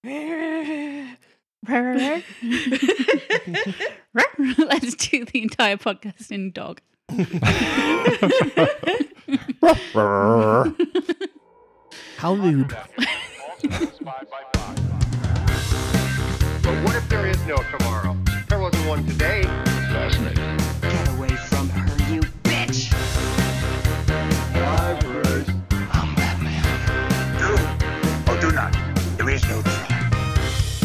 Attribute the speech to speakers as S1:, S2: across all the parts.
S1: Let's do the entire podcast in dog.
S2: How lewd.
S3: But what if there is no tomorrow? There wasn't one today.
S4: Get away from her, you bitch!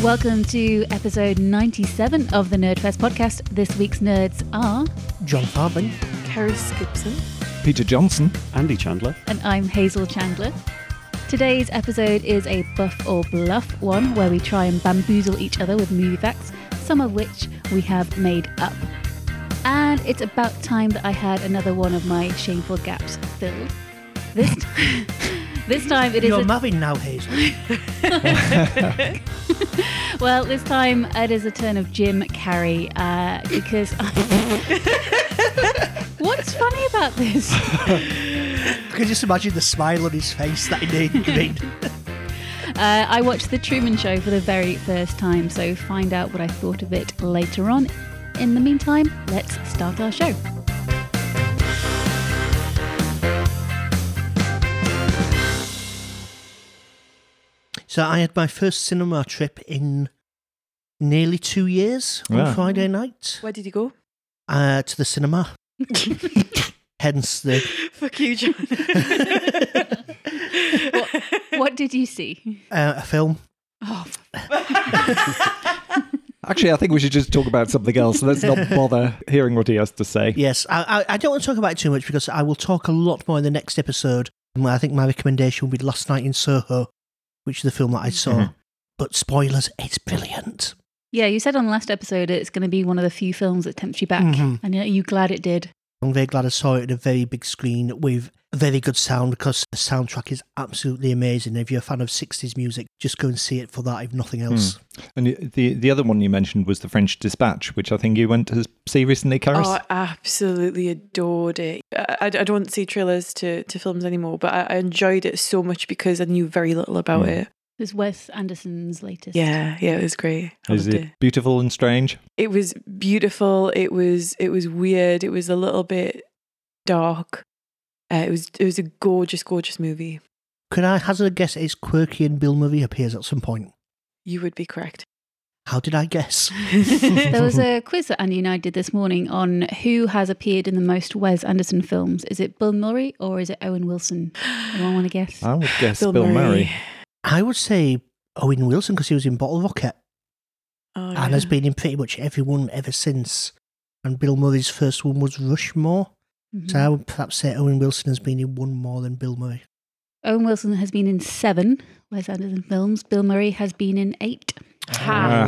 S1: Welcome to episode 97 of the Nerdfest podcast. This week's nerds are,
S2: John Farben.
S5: Carrie Skipson.
S6: Peter Johnson.
S7: Andy Chandler.
S1: and I'm Hazel Chandler. Today's episode is a buff or bluff one where we try and bamboozle each other with movie facts, some of which we have made up. And it's about time that I had another one of my shameful gaps filled. This, this time it is
S2: You're
S1: a-
S2: married now, Hazel.
S1: Well, this time it is a turn of Jim Carrey uh, because. What's funny about this?
S2: I can just imagine the smile on his face that he made. he made.
S1: Uh, I watched The Truman Show for the very first time, so find out what I thought of it later on. In the meantime, let's start our show.
S2: So I had my first cinema trip in nearly two years on
S6: Yeah.
S2: Friday night
S5: Where did you go?
S2: uh, to the cinema. Hence the
S5: Fuck you, John.
S1: What did you see?
S2: uh, a film.
S1: Oh,
S6: Actually, I think we should just talk about something else. Let's not bother hearing what he has to say.
S2: Yes, I, I, I don't want to talk about it too much because I will talk a lot more in the next episode. And I think my recommendation will be Last Night in Soho, which is the film that I saw.
S6: Mhm.
S2: But spoilers, it's brilliant.
S1: yeah, you said on the last episode it's going to be one of the few films that tempts you back,
S2: Mhm.
S1: and are you glad it did?
S2: I'm very glad I saw it on a very big screen with very good sound because the soundtrack is absolutely amazing. If you're a fan of 60s music, just go and see it for that, if nothing else.
S6: And the- the the other one you mentioned was the French Dispatch, which I think you went to see recently, Karis.
S5: Oh, I absolutely adored it. I, I- I don't see trailers to, to films anymore, but I, I enjoyed it so much because I knew very little about
S6: Mm.
S5: it.
S1: It was Wes Anderson's latest.
S5: Yeah, yeah, it was great. I
S6: Is
S5: loved
S6: it beautiful and strange?
S5: it was beautiful. It was it was weird. It was a little bit dark. Uh, it was it was a gorgeous, gorgeous movie.
S2: Could I hazard a guess it's quirky and Bill Murray appears at some point?
S5: You would be correct.
S2: How did I guess?
S1: There was a quiz that Andy and I did this morning on who has appeared in the most Wes Anderson films. Is it Bill Murray or is it Owen Wilson? Anyone want to guess?
S6: I would guess Bill, Murray.
S2: I would say Owen Wilson because he was in Bottle Rocket
S5: Oh,
S2: and has been in pretty much everyone ever since. And Bill Murray's first one was Rushmore.
S1: Mhm.
S5: Hmm.
S2: So I would perhaps say Owen Wilson has been in one more than Bill Murray.
S1: Owen Wilson has been in seven Wes Anderson films. Bill Murray has been in eight.
S5: Ha.
S6: Ah.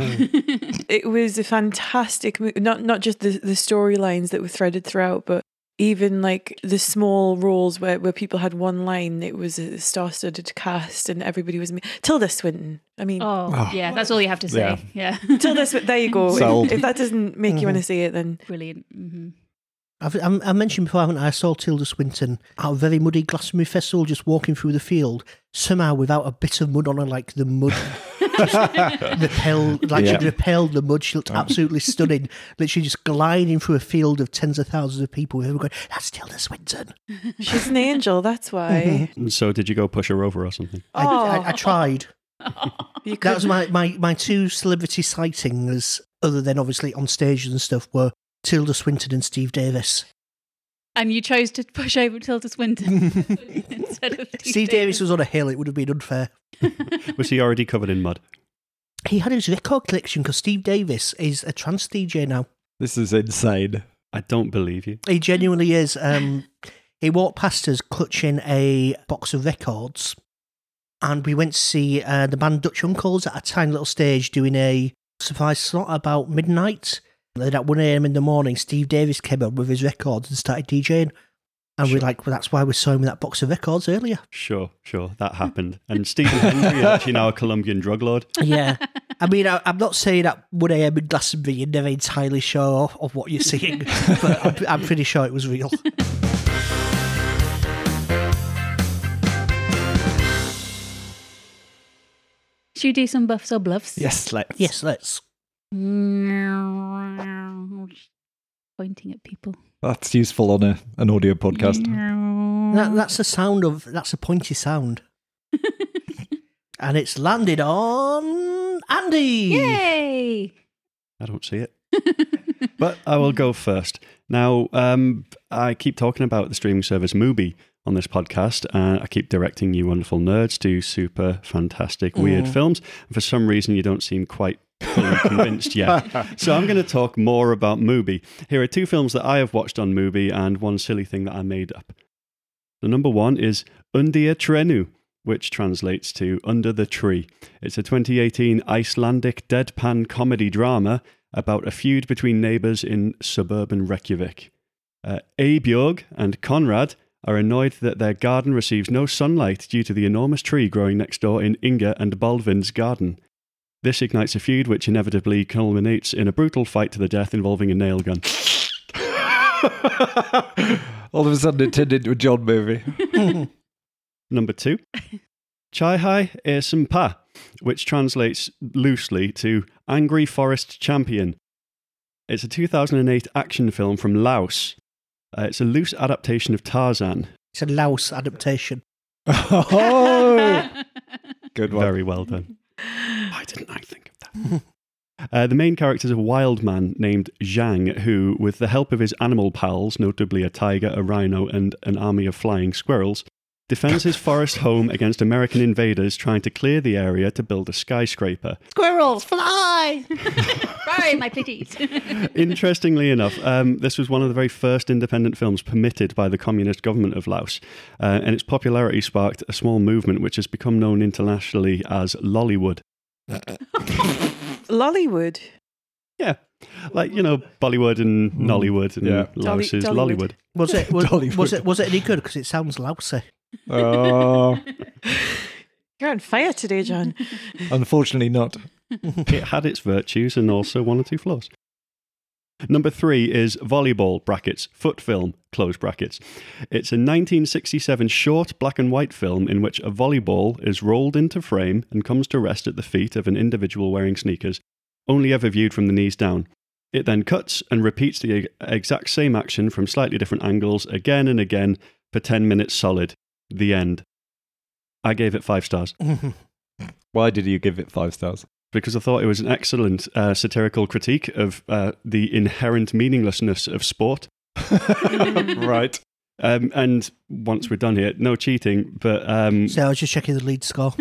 S5: it was a fantastic mo- not not just the the storylines that were threaded throughout but even like the small roles where, where people had one line it was a star-studded cast and everybody was ama- tilda swinton i mean
S1: Oh,
S6: Oh.
S1: yeah, that's all you have to say. Yeah.
S5: tilda swinton there you go
S6: Sold.
S5: if, if that doesn't make
S7: Mm-hmm.
S5: you want to see it then
S1: Brilliant. hmm
S2: I've, I'm- I mentioned before, haven't I? I saw Tilda Swinton at a very muddy Glastonbury festival just walking through the field, somehow without a bit of mud on her, like the mud repelled, like
S6: Yeah.
S2: she repelled the mud. She looked absolutely stunning, literally just gliding through a field of tens of thousands of people. Who were going, that's Tilda Swinton.
S5: she's an angel that's why Oh,
S7: And Mm-hmm. So did you go push her over or something?
S2: I, I, I tried.
S5: you
S2: That was
S5: couldn't-
S2: my, my, my two celebrity sightings, other than obviously on stages and stuff, were Tilda Swinton and Steve Davis.
S1: And you chose to push over Tilda Swinton instead of
S2: Steve Davis was on a hill, it would have been unfair.
S7: Was he already covered in mud?
S2: He had his record collection because Steve Davis is a trance DJ now.
S6: This is insane.
S7: I don't believe you.
S2: He genuinely is. Um, he walked past us clutching a box of records, and we went to see uh, the band Dutch Uncles at a tiny little stage doing a surprise slot about midnight. Then at 1 a.m. in the morning, Steve Davis came up with his records and started DJing. And we're like, well, that's why we saw him with that box of records earlier.
S7: Sure, sure, that happened. And Stephen Henry, is actually now a Colombian drug lord.
S2: Yeah. I mean, I, I'm not saying at 1 a.m. in Glastonbury, you're never entirely sure of, of what you're seeing, but I'm, I'm pretty sure it was real.
S1: Should we do some buffs or bluffs?
S6: Yes, let's.
S2: Yes, let's.
S1: Pointing at people.
S6: That's useful on a, an audio podcast.
S2: That, that's the sound of that's a pointy sound, and it's landed on Andy.
S1: Yay!
S7: I don't see it. but I will go first. Now, um, I keep talking about the streaming service Mubi on this podcast, and I keep directing you wonderful nerds to super fantastic, weird films. And for some reason, you don't seem quite fully convinced yet. So I'm going to talk more about Mubi. Here are two films that I have watched on Mubi and one silly thing that I made up. The number one is Undir Trenu, which translates to Under the Tree. It's a 2018 Icelandic deadpan comedy drama about a feud between neighbours in suburban Reykjavik. Uh, Eybjörg and Conrad are annoyed that their garden receives no sunlight due to the enormous tree growing next door in Inga and Baldvin's garden. This ignites a feud which inevitably culminates in a brutal fight to the death involving a nail gun.
S6: All of a sudden, it turned into a John movie.
S7: Number two, Chai Hai E Pa, which translates loosely to Angry Forest Champion. It's a 2008 action film from Laos. Uh, it's a loose adaptation of Tarzan.
S2: It's a louse adaptation.
S6: oh, good one.
S7: Very well done. Why didn't I think of that? Uh, the main character is a wild man named Zhang, who, with the help of his animal pals, notably a tiger, a rhino, and an army of flying squirrels, defends his forest home against American invaders trying to clear the area to build a skyscraper.
S2: Squirrels fly.
S1: Sorry, my pities.
S7: Interestingly enough, um, this was one of the very first independent films permitted by the communist government of Laos, uh, and its popularity sparked a small movement which has become known internationally as Lollywood.
S5: Lollywood.
S7: Yeah, like you know Bollywood and Nollywood, and
S6: Yeah.
S7: Laos
S5: Dolly-
S7: is
S5: Dollywood.
S7: Lollywood.
S2: Was it was,
S6: Dollywood.
S2: was it was it any good? Because it sounds lousy.
S6: Oh,
S5: You're on fire today, John.
S2: Mm-hmm.
S6: unfortunately, not.
S7: It had its virtues and also one or two flaws. Number three is volleyball brackets foot film close brackets. It's a 1967 short black and white film in which a volleyball is rolled into frame and comes to rest at the feet of an individual wearing sneakers, only ever viewed from the knees down. It then cuts and repeats the e- exact same action from slightly different angles again and again for 10 minutes solid. The end. I gave it five stars
S6: Why did you give it five stars?
S7: because I thought it was an excellent uh, satirical critique of uh, the inherent meaninglessness of sport.
S6: right.
S7: Um, and once we're done here, no cheating, but um,
S2: So I was just checking the lead score.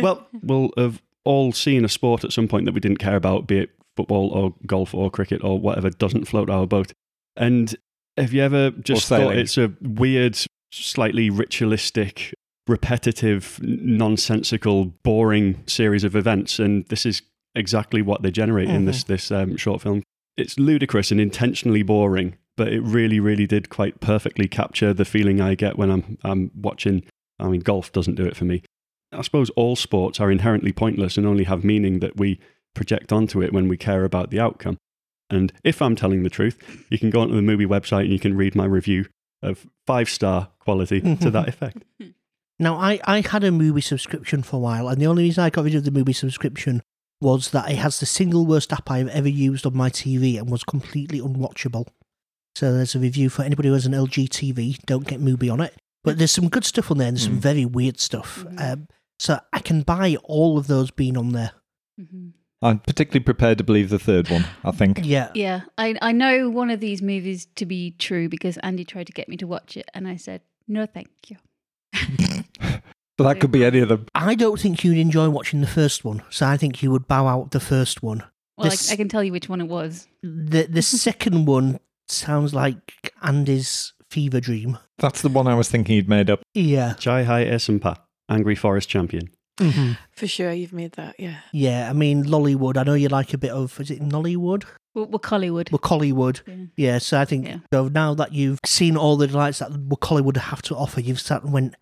S7: well, we'll have all seen a sport at some point that we didn't care about, be it football or golf or cricket or whatever doesn't float our boat. And have you ever just thought
S6: sailing.
S7: it's a weird, slightly ritualistic, repetitive, n- nonsensical, boring series of events? And this is exactly what they generate in this this um, short film. It's ludicrous and intentionally boring, but it really, really did quite perfectly capture the feeling I get when I'm I'm watching. I mean, golf doesn't do it for me. I suppose all sports are inherently pointless and only have meaning that we project onto it when we care about the outcome. And if I'm telling the truth, you can go onto the movie website and you can read my review of five star quality to that effect.
S2: Now, I, I had a movie subscription for a while, and the only reason I got rid of the movie subscription was that it has the single worst app I've ever used on my TV and was completely unwatchable. So there's a review for anybody who has an LG TV. Don't get movie on it. But there's some good stuff on there and some very weird stuff. Um, so I can buy all of those being on there.
S6: I'm particularly prepared to believe the third one, I think.
S2: Yeah.
S1: yeah, I, I know one of these movies to be true because Andy tried to get me to watch it and I said, no, thank you.
S6: But that could be any of them.
S2: I don't think you'd enjoy watching the first one. So I think you would bow out the first one.
S1: Well,
S2: This-
S1: I, I can tell you which one it was.
S2: The, the second one sounds like Andy's fever dream.
S6: That's the one I was thinking you'd made up.
S2: Yeah.
S7: Chai Hai Esampa, Angry Forest Champion.
S2: hmm
S5: For sure, you've made that. Yeah.
S2: Yeah, I mean Lollywood. I know you like a bit of is it Nollywood?
S1: Well, well Collywood.
S2: Well, Collywood.
S1: Yeah.
S2: Yeah, so I think
S1: Yeah.
S2: so now that you've seen all the delights that Collywood have to offer, you've sat and went,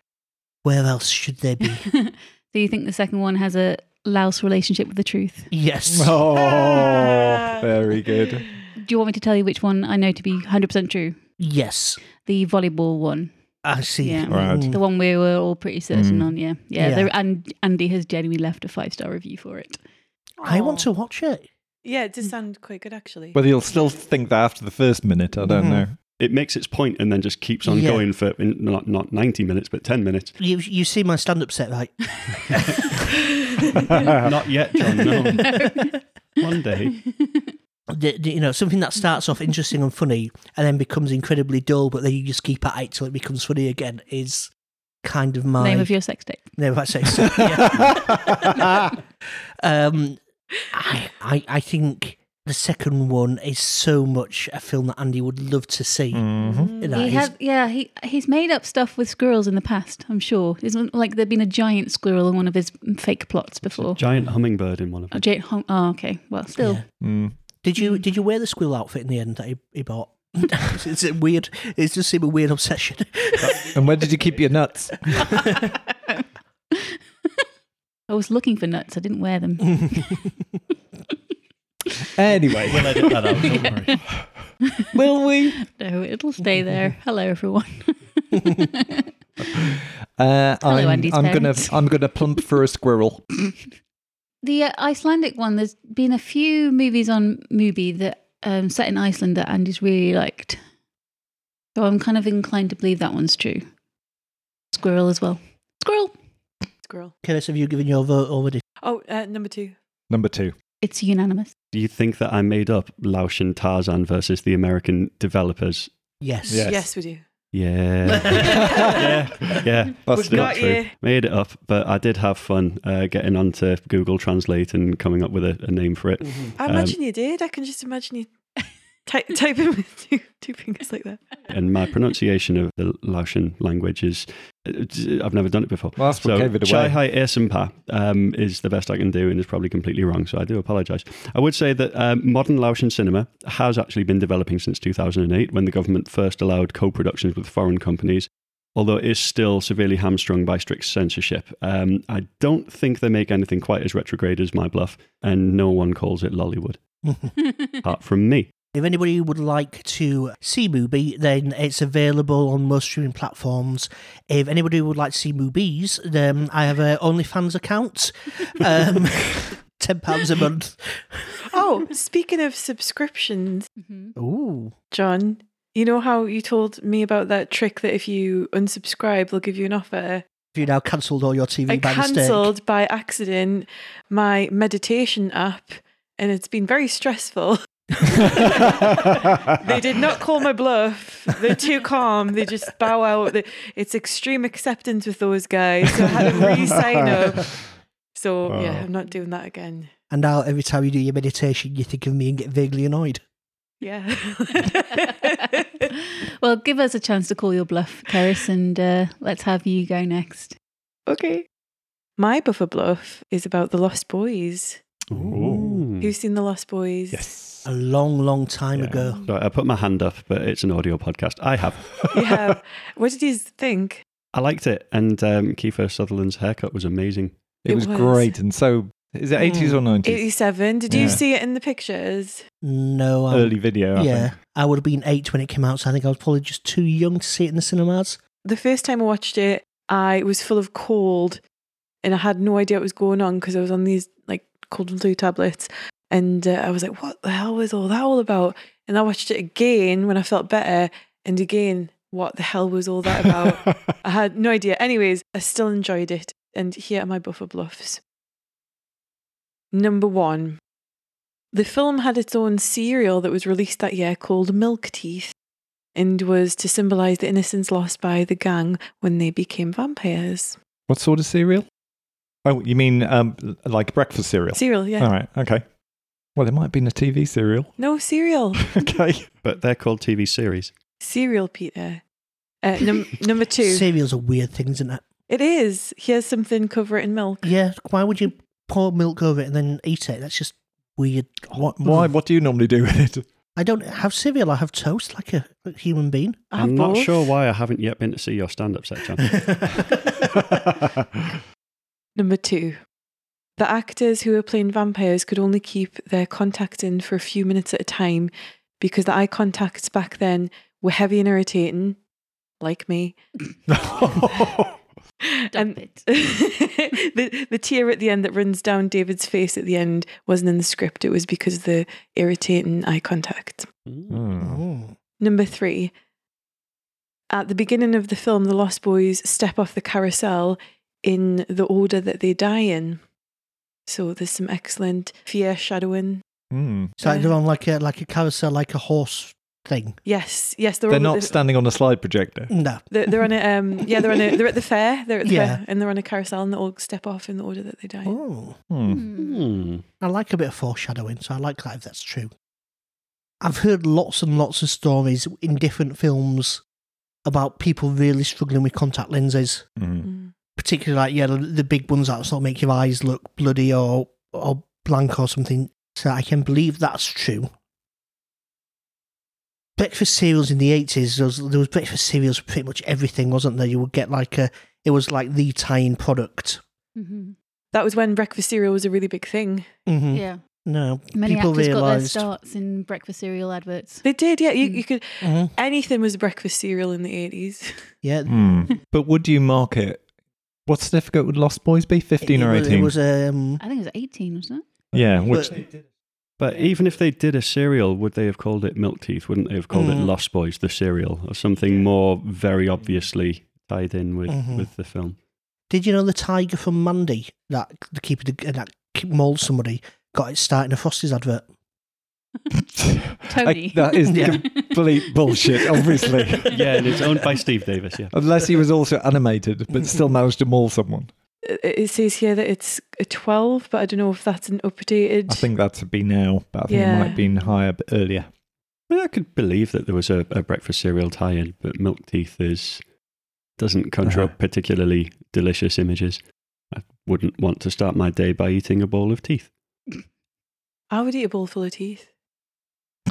S2: where else should they be?
S1: so you think the second one has a louse relationship with the truth?
S2: yes.
S6: Oh, very good.
S1: Do you want me to tell you which one I know to be 100% true?
S2: Yes.
S1: The volleyball one.
S2: I see.
S1: Yeah.
S6: Right.
S2: Mm.
S1: The one we were all pretty certain
S6: Mm.
S1: on, yeah. Yeah.
S2: Yeah.
S1: there- and Andy has genuinely left a five star review for it.
S2: I want to watch it.
S5: Yeah, it does sound quite good actually.
S6: Whether you'll still think that after the first minute, I don't
S2: Mhm.
S6: know.
S7: It makes its point and then just keeps on
S2: Yeah.
S7: going for in- not not ninety minutes, but ten minutes.
S2: You you see my stand up set, right?
S7: not yet, John. No. One day,
S2: The- the- you know, something that starts off interesting and funny and then becomes incredibly dull, but then you just keep at it till it becomes funny again is kind of my
S1: Name of your sex tape.
S2: No, that's it. So, yeah. um, I, I, I think the second one is so much a film that Andy would love to see.
S6: Mhm.
S2: That
S1: he
S2: is-
S1: had, yeah, he he's made up stuff with squirrels in the past. I'm sure. Isn't like there'd been a giant squirrel in one of his fake plots before.
S7: giant hummingbird in one of
S1: Oh,
S7: them.
S1: giant hung- oh, okay. Well, still,
S2: Yeah.
S6: Mm.
S2: Did you did you wear the squirrel outfit in the end that he, he bought? it's, it's a weird. It's just seemed a weird obsession.
S6: And where did you keep your nuts?
S1: I was looking for nuts. I didn't wear them.
S6: Anyway,
S7: We'll edit that out. Don't worry.
S6: will we?
S1: No, it'll stay there. Hello, everyone.
S6: Uh,
S1: Hello,
S6: I'm,
S1: Andy's
S6: I'm gonna
S1: parents.
S6: I'm gonna plump for a squirrel.
S1: The uh, Icelandic one. There's been a few movies on Mubi that um, set in Iceland that Andy's really liked. So I'm kind of inclined to believe that one's true. Squirrel as well. Squirrel.
S5: Squirrel.
S2: Curtis, have you given your vote already?
S5: Oh, uh, number two.
S6: Number two.
S1: It's unanimous.
S7: Do you think that I made up Laotian Tarzan versus the American developers?
S2: Yes.
S6: Yes.
S5: Yes, we do.
S7: Yeah. yeah. Yeah.
S6: That's
S5: Got
S7: Not true.
S5: you.
S7: Made it up, but I did have fun uh, getting onto Google Translate and coming up with a, a name for it.
S2: Mm-hmm.
S5: I
S7: Um,
S5: imagine you did. I can just imagine you ty- type in with two, two fingers like that.
S7: And my pronunciation of the Laotian language is, uh, I've never done it before.
S6: Well, that's what gave it away.
S7: Chai Hai Esimpa um, is the best I can do and is probably completely wrong, so I do apologise. I would say that um, modern Laotian cinema has actually been developing since 2008 when the government first allowed co productions with foreign companies, although it is still severely hamstrung by strict censorship. Um, I don't think they make anything quite as retrograde as My Bluff, and no one calls it Lollywood, apart from me.
S2: If anybody would like to see Mubi, then it's available on most streaming platforms. If anybody would like to see Mubies, then I have a OnlyFans account. Um, £10 a month.
S5: Oh, speaking of subscriptions,
S1: Mm-hmm.
S2: Ooh.
S5: John, you know how you told me about that trick that if you unsubscribe, they'll give you an offer?
S2: Have you now cancelled all your TV
S5: I
S2: by mistake?
S5: cancelled by accident my meditation app and it's been very stressful. They did not call my bluff. They're too calm. They just bow out. They- It's extreme acceptance with those guys. So I had to re sign up. So yeah, I'm not doing that again.
S2: And now every time you do your meditation, you think of me and get vaguely annoyed.
S5: Yeah.
S1: well, give us a chance to call your bluff, Keris, and uh, let's have you go next.
S5: okay. My buffer bluff is about the Lost Boys.
S2: Hmm.
S5: Who's seen the Lost Boys?
S6: Yes.
S2: A long, long time
S7: Yeah.
S2: ago.
S7: Sorry, I put my hand up, but it's an audio podcast. I have.
S5: Yeah. What did you think?
S7: I liked it, and um, Kiefer Sutherland's haircut was amazing.
S6: It,
S5: It
S6: was,
S5: was.
S6: great. And so, is it 80s or 90s?
S5: 87. Did
S6: Yeah.
S5: you see it in the pictures?
S2: No, I'm,
S6: Early video. I
S2: yeah,
S6: think.
S2: I would have been eight when it came out, so I think I was probably just too young to see it in the cinemas.
S5: The first time I watched it, I was full of cold and I had no idea what was going on because I was on these like cold and flu tablets. And uh, I was like, what the hell was all that all about? And I watched it again when I felt better. And again, what the hell was all that about? I had no idea. Anyways, I still enjoyed it. And here are my buffer bluffs. Number one, the film had its own cereal that was released that year called Milk Teeth and was to symbolize the innocence lost by the gang when they became vampires.
S6: What sort of cereal? Oh, you mean um, like breakfast cereal?
S5: Cereal, yeah.
S6: All right. Okay. Well, it might have been a TV serial.
S5: No, cereal.
S6: okay.
S7: But they're called TV series.
S5: cereal, Peter. Uh, num- number two,
S2: Cereals are weird things, isn't it?
S5: it is. Here's something cover it in milk.
S2: Yeah, why would you pour milk over it and then eat it? That's just weird. What?
S6: Why? What do you normally do with it?
S2: I don't have cereal. I have toast like a human being.
S5: I have
S7: I'm not
S5: both.
S7: sure why I haven't yet been to see your stand up set, John.
S5: Number two, the actors who were playing vampires could only keep their contacts in for a few minutes at a time because the eye contacts back then were heavy and irritating. like me. Um,
S1: Dump it.
S5: the the tear at the end that runs down David's face at the end wasn't in the script. It was because of the irritating eye contact.
S6: Mm.
S2: Oh.
S5: Number three. At the beginning of the film, the Lost Boys step off the carousel in the order that they die in. So there's some excellent fear shadowing.
S6: Mm.
S2: It's like
S5: Uh,
S2: they're on like a like a carousel, like a horse thing.
S5: Yes, yes, they're,
S6: They're
S5: all-
S6: not standing on a slide projector.
S2: No.
S5: They're, they're on a um, yeah. They're on a. They're at the fair. They're at the
S2: Yeah.
S5: fair, and they're on a carousel, and they all step off in the order that they die. in.
S2: Oh.
S6: Mm.
S1: Hmm.
S7: Hmm.
S2: I like a bit of foreshadowing, so I like that if that's true. I've heard lots and lots of stories in different films about people really struggling with contact lenses,
S6: Mm.
S5: Mm.
S2: particularly like yeah, the, the big ones that sort of make your eyes look bloody or or blank or something. So I can believe that's true. Breakfast cereals in the eighties, there was, there was breakfast cereals for pretty much everything, wasn't there? You would get like a, it was like the tying product.
S1: Mhm.
S5: That was when breakfast cereal was a really big thing.
S2: Mm-hmm.
S1: Yeah.
S2: No,
S1: Many
S2: people
S1: actors got their
S2: realised.
S1: starts in breakfast cereal adverts.
S5: They did, yeah. You, you
S1: Mm.
S5: could
S2: Mhm.
S5: anything was breakfast cereal in the eighties.
S2: Yeah,
S6: Mm. but would you mark it? What certificate would Lost Boys be? 15
S2: It
S6: or
S2: was-
S6: 18?
S2: It was um,
S1: I think it was 18, wasn't it?
S6: yeah, which
S7: But even if they did a cereal, would they have called it Milk Teeth? Wouldn't they have called it
S2: Mm.
S7: Lost Boys, the cereal, or something more very obviously tied in with,
S2: Mhm.
S7: with the film?
S2: Did you know the tiger from Mandy that the keeper that mauled somebody got its start in a Frosties advert?
S1: Tony.
S6: I- that is
S2: Yeah.
S6: complete bullshit, obviously.
S7: Yeah, and it's owned by Steve Davis, yeah.
S6: Unless he was also animated, but still managed to maul someone.
S5: it, it says here that it's a twelve, but I don't know if that's an updated.
S6: I think that's a B now, but I think it
S5: Yeah.
S6: might have been higher b- earlier.
S7: I, mean, I could believe that there was a, a breakfast cereal tie-in, but Milk Teeth is doesn't conjure
S6: Uh-huh.
S7: up particularly delicious images. I wouldn't want to start my day by eating a bowl of teeth.
S5: I would eat a bowl full of teeth.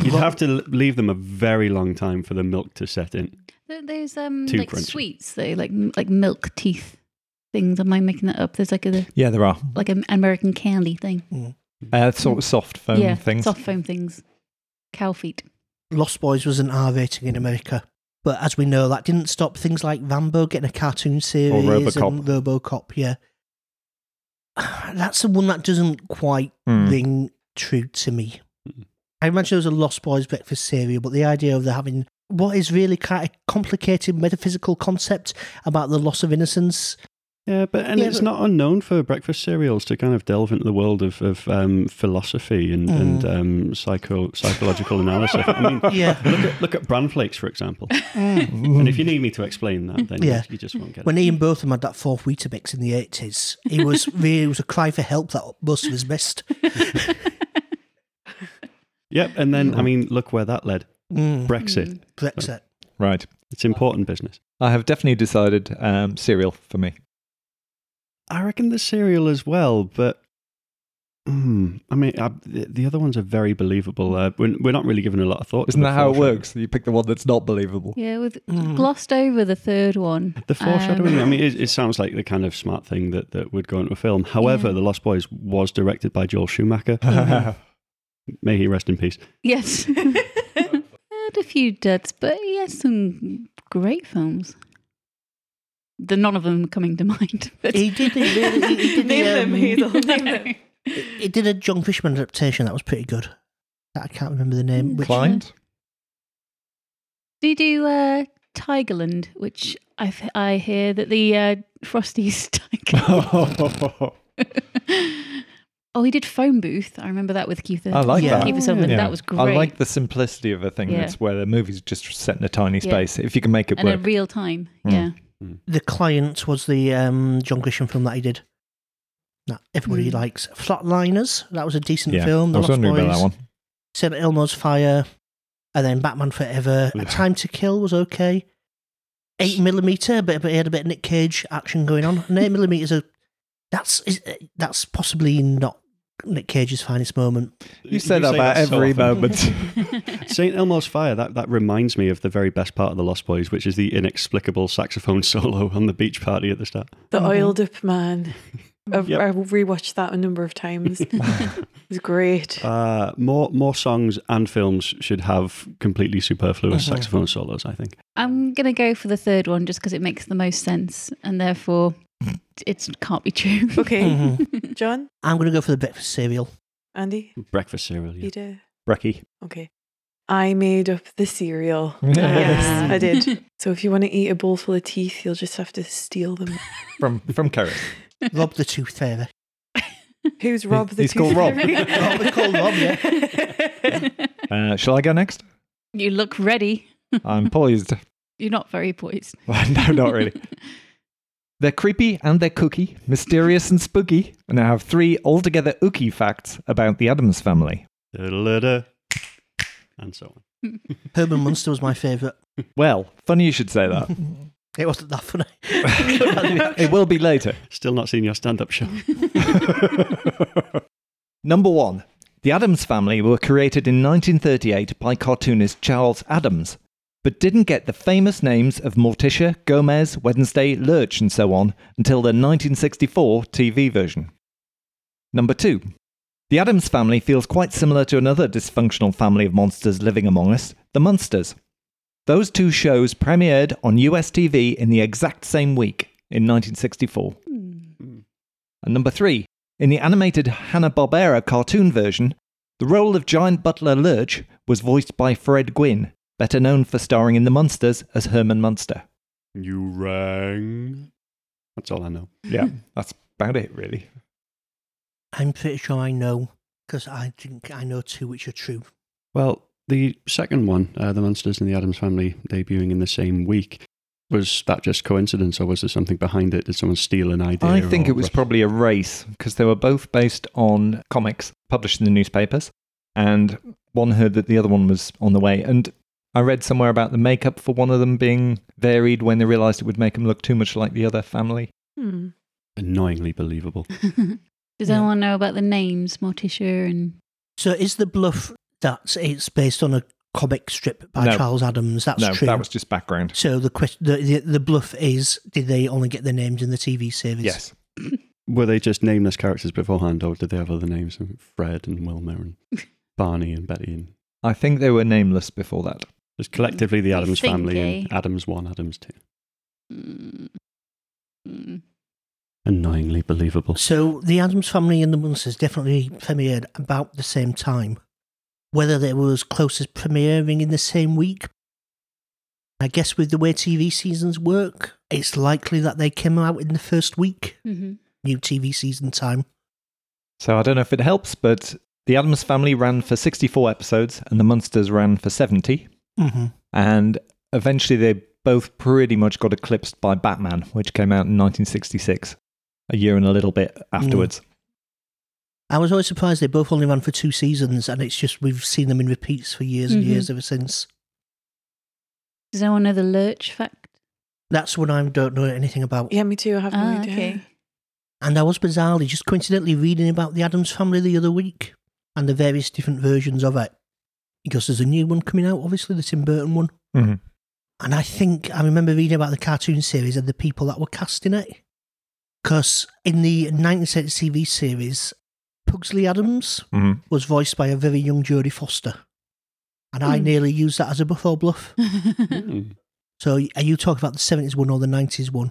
S7: You'd have to l- leave them a very long time for the milk to set in.
S1: Th- Those um
S7: Too
S1: like
S7: crunchy.
S1: sweets, they like m- like milk teeth things. Am I making that up? There's like a
S6: Yeah, there are.
S1: like an American candy thing.
S6: Uh, sort of soft foam
S1: yeah,
S6: things.
S1: soft foam things. Cow feet.
S2: Lost Boys was an R rating in America, but as we know, that didn't stop things like Rambo getting a cartoon series and RoboCop. Yeah, that's the one that doesn't quite
S6: Mm.
S2: ring true to me.
S7: Mm.
S2: I imagine there was a Lost Boys breakfast cereal, but the idea of there having what is really kind of complicated metaphysical concept about the loss of innocence.
S7: Yeah, but and
S2: Yeah,
S7: it's
S2: but-
S7: not unknown for breakfast cereals to kind of delve into the world of, of um, philosophy and, and
S2: Uh.
S7: um, psycho psychological analysis. I mean,
S2: Yeah.
S7: look at look at bran flakes, for example. And if you need me to explain that, then
S2: Yeah.
S7: you just won't get
S2: When
S7: it.
S2: Ian Botham had that fourth Weetabix in the eighties, it was really it was a cry for help that most of us missed.
S7: Yep, and then I mean, look where that led.
S2: Mm,
S7: Brexit.
S2: Brexit.
S6: Right.
S7: It's important business.
S6: I have definitely decided um, cereal for me.
S7: I reckon the cereal as well, but Hmm, I mean, I, the, the other ones are very believable. Uh, we're, we're not really giving a lot of thought. to
S6: Isn't
S7: the
S6: that how it
S7: foreshadowing.
S6: works? You pick the one that's not believable.
S1: Yeah, with
S2: Mm.
S1: glossed over the third one.
S7: The foreshadowing.
S1: Um,
S7: I mean, it, it sounds like the kind of smart thing that, that would go into a film. However,
S1: Yeah.
S7: The Lost Boys was directed by Joel Schumacher.
S6: Mm-hmm.
S7: May he rest in peace.
S1: Yes. Had a few duds, but he has some great films. The none of them are coming to mind. But
S2: He did. He, really, he, he did
S5: Name
S2: the,
S5: them,
S2: um,
S5: Hazel.
S1: No.
S5: Name them.
S2: he- he did a John Fishman adaptation that was pretty good. That I can't remember the
S6: Hmm.
S2: name. Which,
S6: Climbed?
S1: Do you do uh, Tigerland, which I, f- I hear that the uh, Frosty's Tiger. oh, he did Phone Booth. I remember that with Keith.
S6: I like
S2: Yeah.
S6: that.
S1: Keith Sutherland.
S6: Yeah.
S1: That was great.
S6: I like the simplicity of a thing.
S1: Yeah.
S6: That's where the movie's just set in a tiny
S1: Yeah.
S6: space. If you can make it
S1: and
S6: work.
S1: in real time.
S6: Mm.
S1: Yeah.
S2: The client was the um, John Grisham film that he did. That everybody
S1: Mm.
S2: likes. Flatliners. That was a decent
S6: yeah.
S2: film. The
S6: I was
S2: Lost
S6: wondering
S2: Boys.
S6: about that one.
S2: Sim Elmo's Fire, and then Batman Forever. A
S7: Yeah.
S2: Time to Kill was okay. Eight millimeter, but but he had a bit of Nick Cage action going on. And eight millimeters are that's is, that's possibly not Nick Cage's finest moment.
S6: You say that about
S7: so
S6: every
S7: often.
S6: moment.
S7: St. Elmo's Fire, that, that reminds me of the very best part of The Lost Boys, which is the inexplicable saxophone solo on the beach party at the start.
S5: The
S2: Mhm.
S5: oiled up man. I've,
S7: Yep.
S5: I've rewatched that a number of times. it's great.
S7: Uh, more more songs and films should have completely superfluous
S6: Uh-huh.
S7: saxophone solos. I think.
S1: I'm going to go for the third one just because it makes the most sense and therefore it can't be true.
S5: Okay,
S2: Mhm.
S5: John,
S2: I'm going to go for the breakfast cereal.
S5: Andy,
S7: Breakfast cereal. Yeah.
S5: you do.
S6: Brecky.
S5: Okay. I made up the cereal.
S1: Ah.
S5: Yes, I did. So if you want to eat a bowl full of teeth, you'll just have to steal them.
S6: From from Kerry.
S2: Rob the Tooth Fairy.
S5: Who's Rob the
S6: he's called
S5: Tooth
S6: Rob.
S5: Fairy?
S2: Oh, we call Rob,
S6: Uh, shall I go next?
S1: you look ready.
S6: I'm poised.
S1: You're not very poised.
S6: no, not really. They're creepy and they're cookie, mysterious and spooky, and I have three altogether ooky facts about the Adams family.
S7: Da-da-da-da. And so on.
S2: Herman Munster was my favourite.
S6: Well, funny you should say that.
S2: It wasn't that funny.
S6: it will be later.
S7: Still not seen your stand-up show.
S6: Number one The Adams family were created in 1938 by cartoonist Charles Adams, but didn't get the famous names of Morticia, Gomez, Wednesday, Lurch, and so on until the 1964 TV version. Number two The Adams family feels quite similar to another dysfunctional family of monsters living among us, the Munsters. Those two shows premiered on US TV in the exact same week in 1964. And number three, in the animated Hanna-Barbera cartoon version, the role of giant butler Lurch was voiced by Fred Gwynn, better known for starring in The Munsters as Herman Munster.
S7: You rang. That's all I know.
S6: Yeah,
S2: Hmm.
S6: that's about it, really.
S2: I'm pretty sure I know because I think I know two which are true.
S7: Well, the second one, uh, the Monsters and the Adams Family debuting in the same week, was that just coincidence, or was there something behind it? Did someone steal an idea?
S6: I think
S7: or-
S6: it was probably a race because they were both based on comics published in the newspapers, and one heard that the other one was on the way. And I read somewhere about the makeup for one of them being varied when they realised it would make them look too much like the other family.
S5: Hmm.
S7: annoyingly believable.
S1: Does
S2: Yeah.
S1: anyone know about the names Morticia and
S2: So is the bluff that it's based on a comic strip by
S6: No.
S2: Charles Adams? That's
S6: no,
S2: true.
S6: that was just background.
S2: So the, quest- the the the bluff is: did they only get their names in the TV series?
S6: Yes.
S7: Were they just nameless characters beforehand, or did they have other names? Fred and Wilmer and Barney and Betty and
S6: I think they were nameless before that.
S7: just collectively the
S1: You
S7: Adams
S1: think,
S7: family and
S1: eh?
S7: Adams one, Adams two.
S1: Mm. Mm.
S7: Annoyingly believable.
S2: So the Adams family and the Munsters definitely premiered about the same time. Whether they were as close as premiering in the same week, I guess with the way TV seasons work, it's likely that they came out in the first week,
S5: Mm-hmm.
S1: Mhm.
S2: new TV season time.
S6: So I don't know if it helps, but the Adams family ran for 64 episodes and the Munsters ran for 70.
S2: Mm-hmm.
S6: And eventually they both pretty much got eclipsed by Batman, which came out in 1966, a year and a little bit afterwards.
S2: I was always surprised they both only ran for two seasons, and it's just we've seen them in repeats for years and
S1: Mhm.
S2: years ever since.
S1: Does anyone know the Lurch fact?
S2: That's what I don't know anything about.
S5: Yeah, me too. I have no
S1: Ah,
S5: idea.
S1: okay.
S2: And I was bizarrely just coincidentally reading about the Adams family the other week and the various different versions of it. Because there's a new one coming out, obviously, the Tim Burton one.
S6: Mhm.
S2: And I think I remember reading about the cartoon series and the people that were cast in it. Because in the 19th century TV series, Pugsley Adams
S6: Mhm.
S2: was voiced by a very young Jodie Foster. And I
S1: Hmm.
S2: nearly used that as a buff or bluff.
S7: Mm.
S2: So are you talking about the 70s one or the 90s one?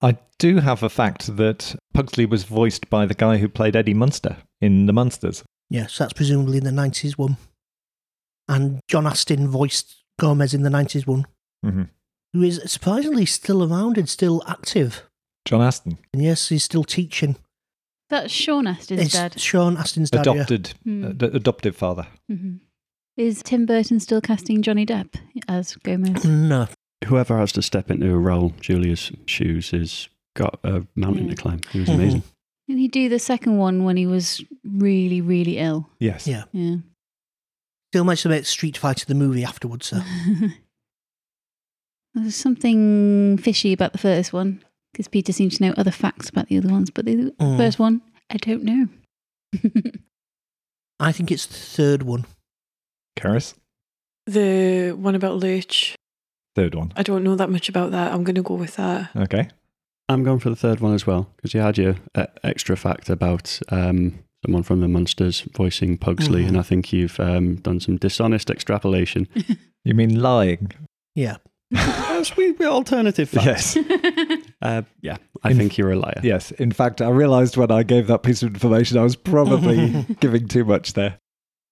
S6: I do have a fact that Pugsley was voiced by the guy who played Eddie Munster in The Munsters.
S2: Yeah, so that's presumably in the 90s one. And John Astin voiced Gomez in the 90s one,
S6: Mhm.
S2: who is surprisingly still around and still active.
S6: John Aston,
S2: And yes, he's still teaching.
S1: That's Sean Astin's
S2: It's
S1: dad.
S2: Sean Astin's dad. Oh, yeah. Mm.
S6: adopted,
S1: Hmm.
S6: ad- adoptive father.
S1: Mhm. Is Tim Burton still casting Johnny Depp as Gomez?
S2: Mm, No.
S7: Whoever has to step into a role, Julia's shoes, has got a mountain to
S1: Mm.
S7: climb. He was
S2: Mhm.
S7: amazing.
S1: Did he do the second one when he was really, really ill?
S6: Yes.
S2: Yeah.
S1: Yeah.
S2: Still managed to make Street Fighter the movie afterwards, though.
S1: There's something fishy about the first one because Peter seems to know other facts about the other ones, but the
S2: Mm.
S1: first one, I don't know.
S2: I think it's the third one.
S6: Karis,
S5: The one about Lurch.
S6: third one.
S5: I don't know that much about that. I'm going to go with that.
S6: Okay.
S7: I'm going for the third one as well because you had your uh, extra fact about um, someone from the Munsters voicing Pugsley,
S2: Mhm.
S7: and I think you've um, done some dishonest extrapolation.
S6: You mean lying?
S2: Yeah.
S7: That's we we alternative facts.
S6: Yes.
S7: Uh, yeah, I
S6: In-
S7: think you're a liar.
S6: Yes. In fact, I realized when I gave that piece of information, I was probably giving too much there.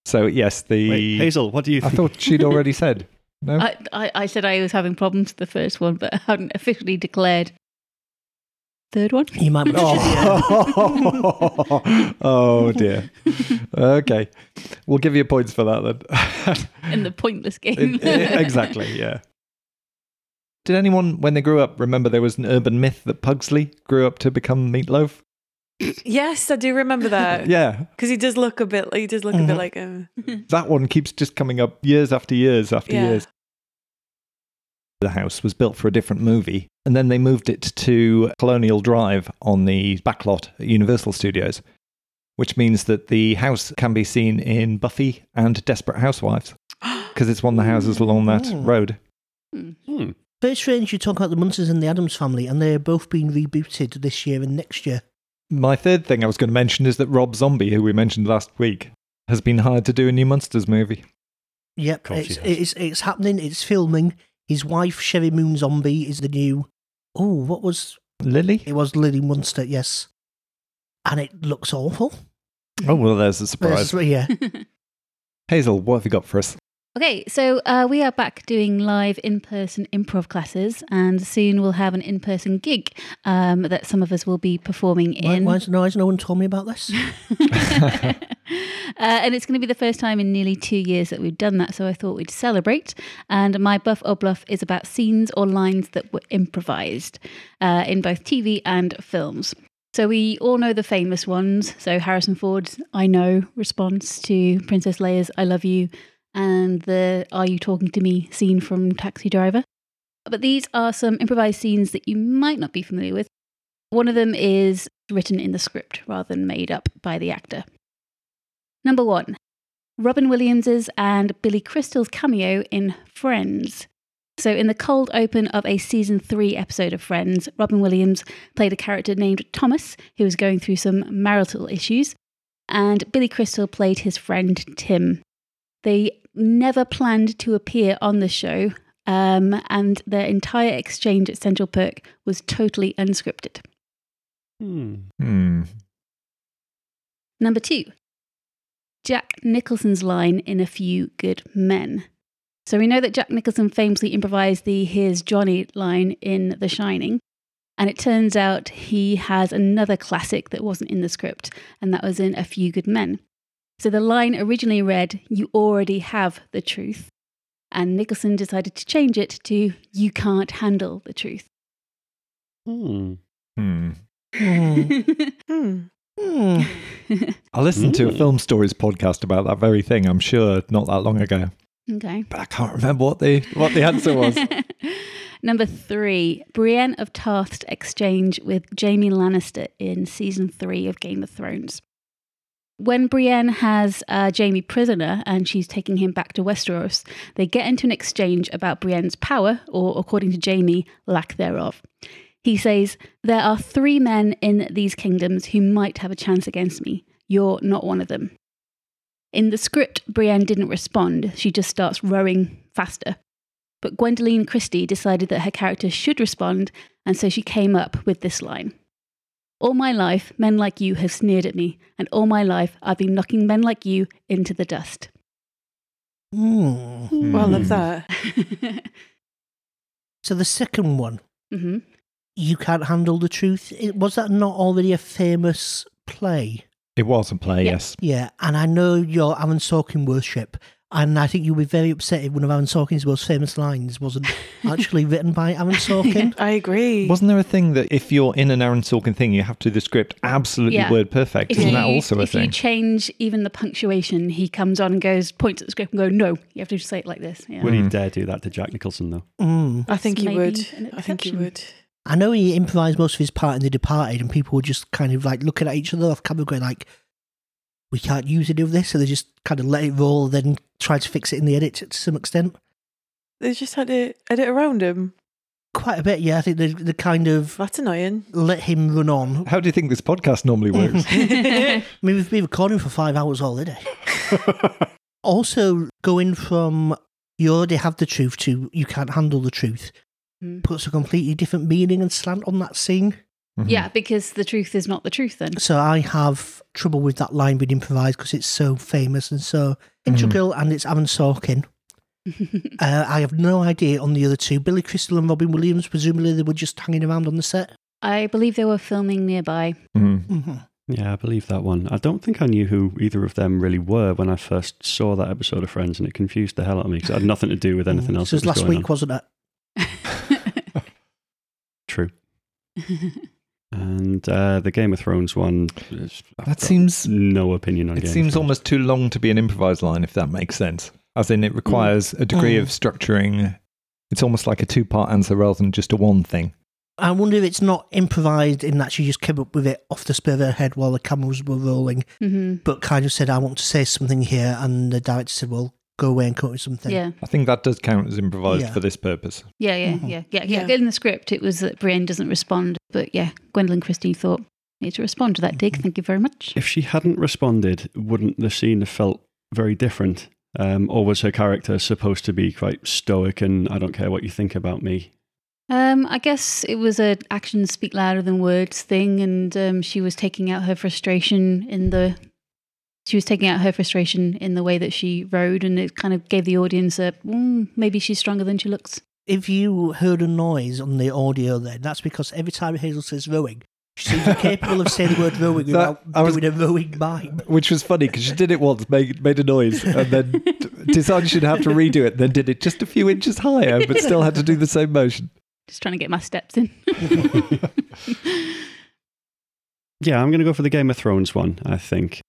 S6: So, yes, the.
S7: Wait, Hazel, what do you
S6: I
S7: think?
S6: thought she'd already said. No?
S1: I, I, I said I was having problems with the first one, but I hadn't officially declared. Third one?
S2: You might be.
S6: oh. oh, dear. Okay. We'll give you points for that then.
S1: In the pointless game.
S6: It- it- eh, exactly, yeah. Did anyone, when they grew up, remember there was an urban myth that Pugsley grew up to become meatloaf?
S5: Yes, I do remember
S1: Uh,
S5: that.
S6: Yeah,
S5: Because he does look a bit. He does look a bit
S2: Mhm.
S5: like um, him.
S6: that one keeps just coming up years after years after
S5: Yeah.
S6: years. The house was built for a different movie, and then they moved it to Colonial Drive on the backlot at Universal Studios, which means that the house can be seen in Buffy and Desperate Housewives because it's one of the houses along that
S2: Mm.
S6: road.
S7: Hmm.
S2: Very strange you talk about the Munsters and the Adams family, and they're both being rebooted this year and next year.
S6: My third thing I was going to mention is that Rob Zombie, who we mentioned last week, has been hired to do a new Monsters movie.
S2: Yep,
S7: course
S2: it's,
S7: he has.
S2: it's it's happening. It's filming. His wife Sherry Moon Zombie is the new. Oh, what was
S6: Lily?
S2: it? Was Lily Munster? Yes, and it looks awful.
S6: Oh, well, there's a surprise.
S2: That's- yeah,
S6: Hazel, what have you got for us?
S1: Okay, so uh, we are back doing live in person improv classes, and soon we'll have an in person gig um, that some of us will be performing
S2: why,
S1: in.
S2: why has, no, has no one told me about this?
S1: uh, and it's going to be the first time in nearly two years that we've done that, so I thought we'd celebrate. And my buff or bluff is about scenes or lines that were improvised uh, in both TV and films. So we all know the famous ones. So Harrison Ford's "I know" response to Princess Leia's "I love you," and the "Are you talking to me?" scene from Taxi Driver. But these are some improvised scenes that you might not be familiar with. One of them is written in the script rather than made up by the actor. Number one, Robin Williams's and Billy Crystal's cameo in Friends. So, in the cold open of a season three episode of Friends, Robin Williams played a character named Thomas who was going through some marital issues, and Billy Crystal played his friend Tim. They never planned to appear on the show, um, and their entire exchange at Central Perk was totally unscripted.
S7: Hmm.
S6: Hmm.
S1: Number two, Jack Nicholson's line in A Few Good Men. So we know that Jack Nicholson famously improvised the Here's Johnny line in The Shining. And it turns out he has another classic that wasn't in the script, and that was in A Few Good Men. So the line originally read, You already have the truth. And Nicholson decided to change it to, You can't handle the truth.
S7: Hmm.
S6: Hmm.
S2: Hmm.
S5: Hmm.
S2: Hmm.
S6: I listened to a
S7: Mm.
S6: Film Stories podcast about that very thing, I'm sure, not that long ago.
S1: okay.
S6: But I can't remember what the, what the answer was.
S1: Number three, Brienne of Tarth's exchange with Jamie Lannister in season three of Game of Thrones. When Brienne has uh, Jamie prisoner and she's taking him back to Westeros, they get into an exchange about Brienne's power, or according to Jamie, lack thereof. He says, There are three men in these kingdoms who might have a chance against me. You're not one of them. In the script, Brienne didn't respond. She just starts rowing faster. But Gwendoline Christie decided that her character should respond, and so she came up with this line All my life, men like you have sneered at me, and all my life, I've been knocking men like you into the dust.
S2: Hmm.
S5: Well, I
S6: Hmm.
S5: love that.
S1: mm-hmm.
S2: So the second one,
S1: hmm
S2: you can't handle the truth. It, was that not already a famous play?
S6: It was a play,
S1: Yeah.
S6: yes.
S2: Yeah, and I know your Aaron Sorkin worship, and I think you'll be very upset if one of Aaron Sorkin's most famous lines wasn't actually written by Aaron Sorkin.
S5: I agree.
S6: Wasn't there a thing that if you're in an Aaron Sorkin thing, you have to do the script absolutely
S1: Yeah.
S6: word perfect?
S1: If,
S6: Isn't
S1: you,
S6: that also a
S1: if you
S6: thing?
S1: change even the punctuation, he comes on and goes, points at the script and go, No, you have to say it like this. Yeah.
S7: Would
S6: Hmm.
S7: he dare do that to Jack Nicholson though?
S2: Mm.
S5: I think
S1: It's
S5: he
S1: maybe
S5: would.
S1: an
S5: I think he
S1: exception.
S5: would.
S2: I know he improvised most of his part in The Departed, and people were just kind of like looking at each other off camera, going like, "We can't use any of this," so they just kind of let it roll, then try to fix it in the edit to some extent.
S5: They just had to edit around him.
S2: Quite a bit, yeah. I think they, they kind of
S5: That's annoying.
S2: let him run on.
S6: How do you think this podcast normally works?
S1: Mm-hmm.
S2: I mean, we've been recording for five hours already. also, going from you already have the truth to you can't handle the truth
S1: Mm.
S2: puts a completely different meaning and slant on that scene.
S1: Yeah, because the truth is not the truth then.
S2: So I have trouble with that line being improvised because it's so famous and so integral, and it's Aaron Sorkin. uh, I have no idea on the other two. Billy Crystal and Robin Williams, presumably they were just hanging around on the set.
S1: I believe they were filming nearby.
S6: Mhm.
S2: hmm
S7: Yeah, I believe that one. I don't think I knew who either of them really were when I first saw that episode of Friends, and it confused the hell out of me because it had nothing to do
S6: Mm.
S7: with anything else.
S2: This was
S7: that was
S2: last
S7: going
S2: week,
S7: on.
S2: wasn't it?
S7: True. And uh, the Game of Thrones one. is- I've
S6: That
S7: got
S6: seems
S7: no opinion on.
S6: it
S7: Game of
S6: seems
S7: Thrones.
S6: almost too long to be an improvised line, if that makes sense. As in,
S1: Mm.
S6: it requires a degree of structuring. It's almost like a two-part answer rather than just a one thing.
S2: I wonder if it's not improvised in that she just came up with it off the spur of her head while the cameras were rolling,
S1: hmm
S2: but kind of said, I want to say something here. And the director said, Well, go away and come up with something.
S1: Yeah.
S6: I think that does count as improvised
S2: Yeah.
S6: for this purpose.
S1: Yeah, yeah,
S2: Mhm.
S1: yeah, yeah, yeah,
S5: Yeah.
S1: In the script, it was that Brienne doesn't respond, but yeah, Gwendolyn Christie thought "I need to respond to that dig. Thank you very much.
S7: If she hadn't responded, wouldn't the scene have felt very different? Um, or was her character supposed to be quite stoic and I don't care what you think about me?
S1: Um, I guess it was a actions speak louder than words thing, and um, she was taking out her frustration in the she was taking out her frustration in the way that she rode, and it kind of gave the audience a mm, maybe she's stronger than she looks.
S2: If you heard a noise on the audio, then that's because every time Hazel says rowing, she seems capable of saying the word rowing
S6: That-
S2: without
S6: I was-
S2: doing a rowing mime.
S6: Which was funny because she did it once, made, made a noise, and then d- decided she'd have to redo it, then did it just a few inches higher, but still had to do the same motion.
S1: Just trying to get my steps in.
S7: Yeah, I'm going to go for the Game of Thrones one, I think.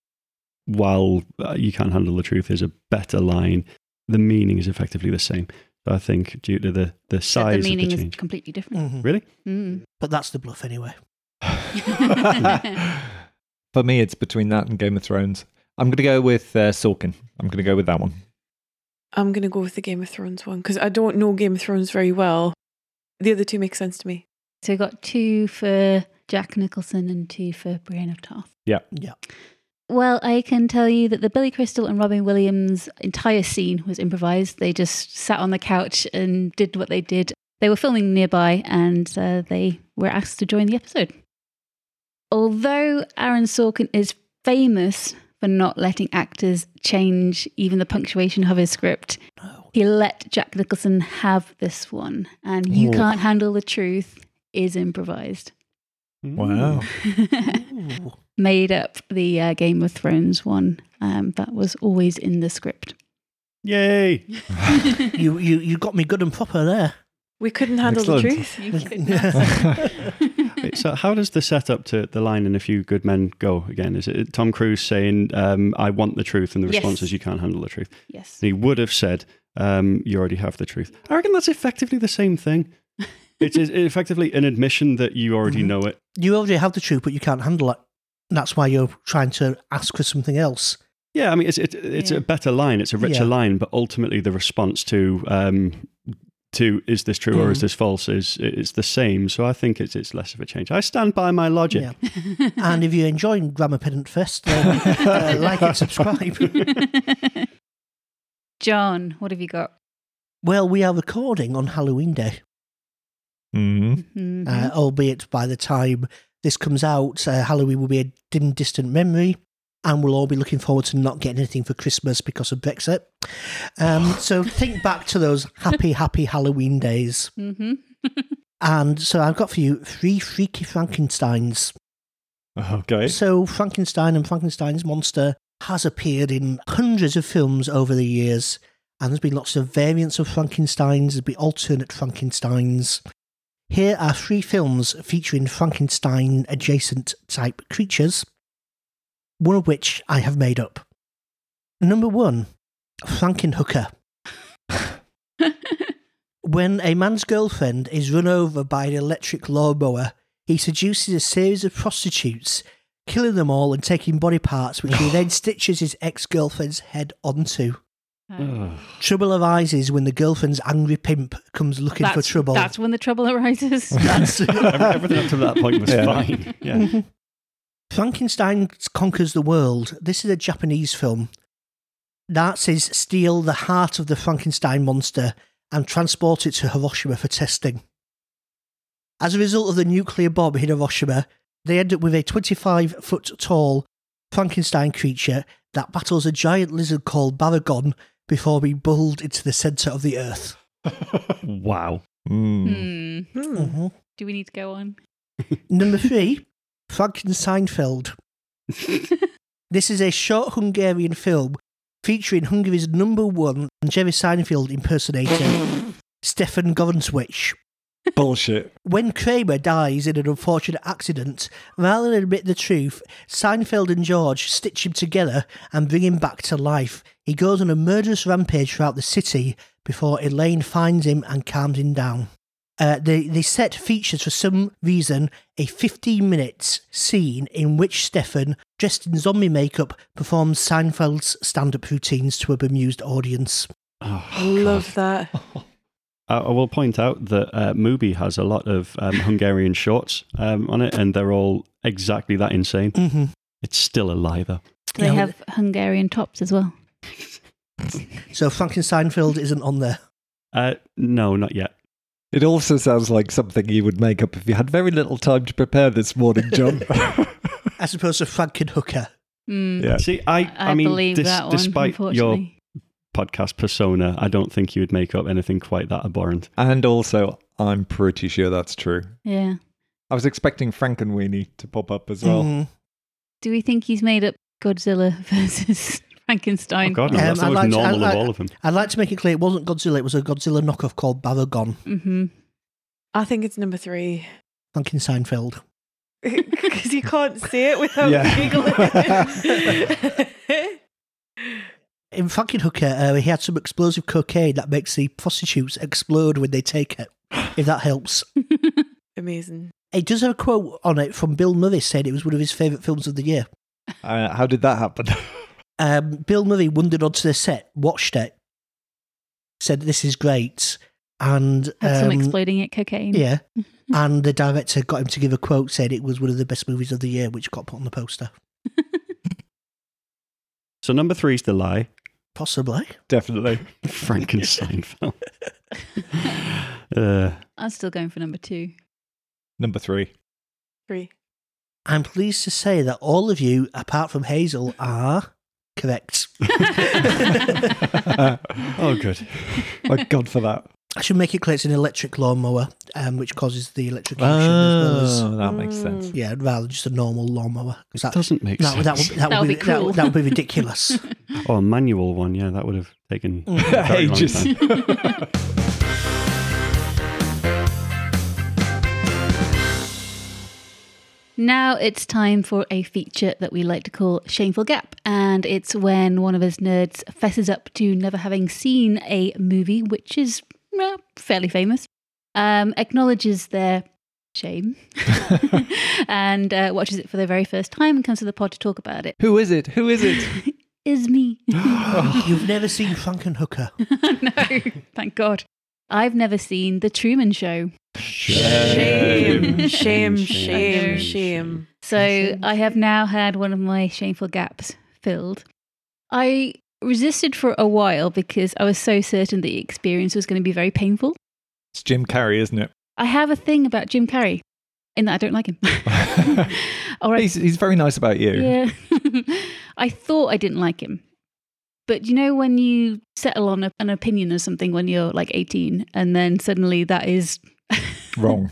S7: While uh, You Can't Handle the Truth is a better line, the meaning is effectively the same. But I think due to the, the
S1: But the
S7: size
S1: meaning
S7: of the
S1: is
S7: change.
S1: completely different.
S6: Mm-hmm.
S2: Mhm.
S7: Really?
S1: Mm.
S2: But that's the bluff anyway.
S1: Hmm.
S6: For me, it's between that and Game of Thrones. I'm going to go with uh, Sorkin. I'm going to go with that one.
S5: I'm going to go with the Game of Thrones one because I don't know Game of Thrones very well. The other two make sense to me.
S1: So we got two for Jack Nicholson and two for Brienne of Tarth.
S2: Yeah.
S1: Well, I can tell you that the Billy Crystal and Robin Williams entire scene was improvised. They just sat on the couch and did what they did. They were filming nearby and uh, they were asked to join the episode. Although Aaron Sorkin is famous for not letting actors change even the punctuation of his script,
S2: Oh.
S1: he let Jack Nicholson have this one. And You
S6: Ooh.
S1: Can't Handle the Truth is improvised.
S7: Hmm.
S6: Wow.
S2: Ooh.
S1: made up the uh, Game of Thrones one. Um, that was always in the script.
S7: Yay!
S2: you, you, you got me good and proper there.
S5: We couldn't handle the
S6: Excellent.
S5: truth.
S7: Wait, so how does the setup to the line in A Few Good Men go again? Is it Tom Cruise saying, um, I want the truth, and the
S1: Yes.
S7: response is you can't handle the truth?
S1: yes.
S7: And he would have said, um, "You already have the truth." I reckon that's effectively the same thing. It is effectively an admission that you already
S1: Mm-hmm.
S2: Mhm.
S7: know it.
S2: You already have the truth, but you can't handle it. And that's why you're trying to ask for something else.
S7: Yeah, I mean, it's it, it's
S1: Yeah.
S7: a better line, it's a
S2: Yeah.
S7: richer line, but ultimately the response to um, to is this true or is
S2: Mhm.
S7: this false is it's the same. So I think it's it's less of a change. I stand by my logic.
S2: Yeah. and if you're enjoying Grammar Pedant Fest, then uh, like and subscribe.
S1: John, what have you got?
S2: Well, we are recording on Halloween Day,
S6: hmm
S1: Mhm.
S2: uh, albeit by the time this comes out, uh, Halloween will be a dim, distant memory, and we'll all be looking forward to not getting anything for Christmas because of Brexit. Um, so think back to those happy, happy Halloween days.
S1: Mhm.
S2: And so I've got for you three freaky Frankensteins.
S6: Okay.
S2: So Frankenstein and Frankenstein's monster has appeared in hundreds of films over the years, and there's been lots of variants of Frankenstein's, there's been alternate Frankenstein's. Here are three films featuring Frankenstein adjacent type creatures, one of which I have made up. Number one, Frankenhooker. when a man's girlfriend is run over by an electric lawnmower, he seduces a series of prostitutes, killing them all and taking body parts, which he then stitches his ex girlfriend's head onto.
S1: Uh,
S7: Ugh.
S2: Trouble arises when the girlfriend's angry pimp comes looking for
S1: That's-
S2: trouble.
S1: That's when the trouble arises.
S7: Everything up to that point was
S6: Yeah.
S7: fine. Yeah.
S2: Frankenstein Conquers the World. This is a Japanese film. Nazis steal the heart of the Frankenstein monster and transport it to Hiroshima for testing. As a result of the nuclear bomb in Hiroshima, they end up with a 25 foot tall Frankenstein creature that battles a giant lizard called Baragon before being bulled into the centre of the earth.
S7: Wow.
S6: Mm.
S1: Hmm.
S5: Hmm.
S2: Mhm.
S1: Do we need to go on?
S2: Number three, Frankensteinfeld. this is a short Hungarian film featuring Hungary's number one Jerry Seinfeld impersonator, Stefan Goronswich.
S6: Bullshit.
S2: When Kramer dies in an unfortunate accident, rather than admit the truth, Seinfeld and George stitch him together and bring him back to life. He goes on a murderous rampage throughout the city before Elaine finds him and calms him down. Uh, the, the set features, for some reason, a 15 minute scene in which Stefan, dressed in zombie makeup, performs Seinfeld's stand up routines to a bemused audience.
S7: Oh,
S5: I love that.
S7: I I will point out that uh, Mubi has a lot of um, Hungarian shorts um, on it, and they're all exactly that insane.
S2: Mm-hmm.
S7: It's still a lie, though.
S1: Do they
S2: Yeah.
S1: have Hungarian tops as well?
S2: So Frankensteinfeld isn't on there.
S7: Uh, no, not yet.
S6: It also sounds like something you would make up if you had very little time to prepare this morning, John.
S2: As opposed to Frank and Hooker.
S1: Hmm.
S6: Yeah.
S7: See, I, I,
S1: I,
S7: mean,
S1: believe
S7: dis-
S1: that one.
S7: despite your
S1: unfortunately.
S7: podcast persona, I don't think you would make up anything quite that abhorrent.
S6: and also, I'm pretty sure that's true.
S1: Yeah.
S6: I was expecting Frankenweenie to pop up as well.
S2: Mhm.
S1: Do we think he's made up Godzilla versus
S7: Oh,
S1: Frankenstein?
S7: God, no,
S2: Um,
S7: that's the
S2: I
S7: most
S2: like- I
S7: normal
S2: like-
S7: of all of them.
S2: I'd like to make it clear it wasn't Godzilla, it was a Godzilla knockoff called Baragon,
S1: hmm
S5: I think it's number three
S2: Frankensteinfeld.
S5: because you can't see it without
S6: Yeah.
S5: giggling.
S2: In Frank and Hooker, uh, he had some explosive cocaine that makes the prostitutes explode when they take it, if that helps.
S5: Amazing.
S2: It does have a quote on it from Bill Murray saying it was one of his favourite films of the year.
S6: Uh, how did that happen?
S2: Um, Bill Murray wandered onto the set, watched it, said, This is great. And
S1: Had some
S2: um,
S1: exploding at cocaine.
S2: yeah. and the director got him to give a quote saying it was one of the best movies of the year, which got put on the poster.
S7: So, number three is the lie.
S2: Possibly.
S6: Definitely.
S7: Frankenstein film. uh,
S1: I'm still going for number two.
S6: Number three.
S5: Three.
S2: I'm pleased to say that all of you, apart from Hazel, are correct.
S7: oh, good.
S6: My God, for that.
S2: I should make it clear it's an electric lawnmower, um, which causes the electrocution as well as
S6: Oh, that makes sense.
S5: Mm.
S2: yeah, rather than just a normal lawnmower. 'cause that,
S7: Doesn't make
S2: that,
S7: sense.
S2: that, would, that, would be,
S1: That'd be
S2: that,
S1: cool.
S2: would- that would be ridiculous.
S7: Oh, a manual one. Yeah, that would have taken a very long
S6: Ages.
S7: time.
S1: Now it's time for a feature that we like to call Shameful Gap, and it's when one of us nerds fesses up to never having seen a movie, which is eh, fairly famous, um, acknowledges their shame, and uh, watches it for the very first time and comes to the pod to talk about it.
S6: Who is it? Who is it?
S1: Is me.
S2: You've never seen Frankenhooker.
S1: no, thank God. I've never seen The Truman Show.
S5: Shame.
S1: Shame.
S5: Shame. Shame.
S1: Shame.
S5: Shame.
S1: So I have now had one of my shameful gaps filled. I resisted for a while because I was so certain the experience was going to be very painful.
S6: It's Jim Carrey, isn't it?
S1: I have a thing about Jim Carrey in that I don't like him. All right.
S6: He's, he's very nice about you.
S1: Yeah. I thought I didn't like him. But you know, when you settle on a, an opinion of something when you're like 18, and then suddenly that is
S6: Wrong.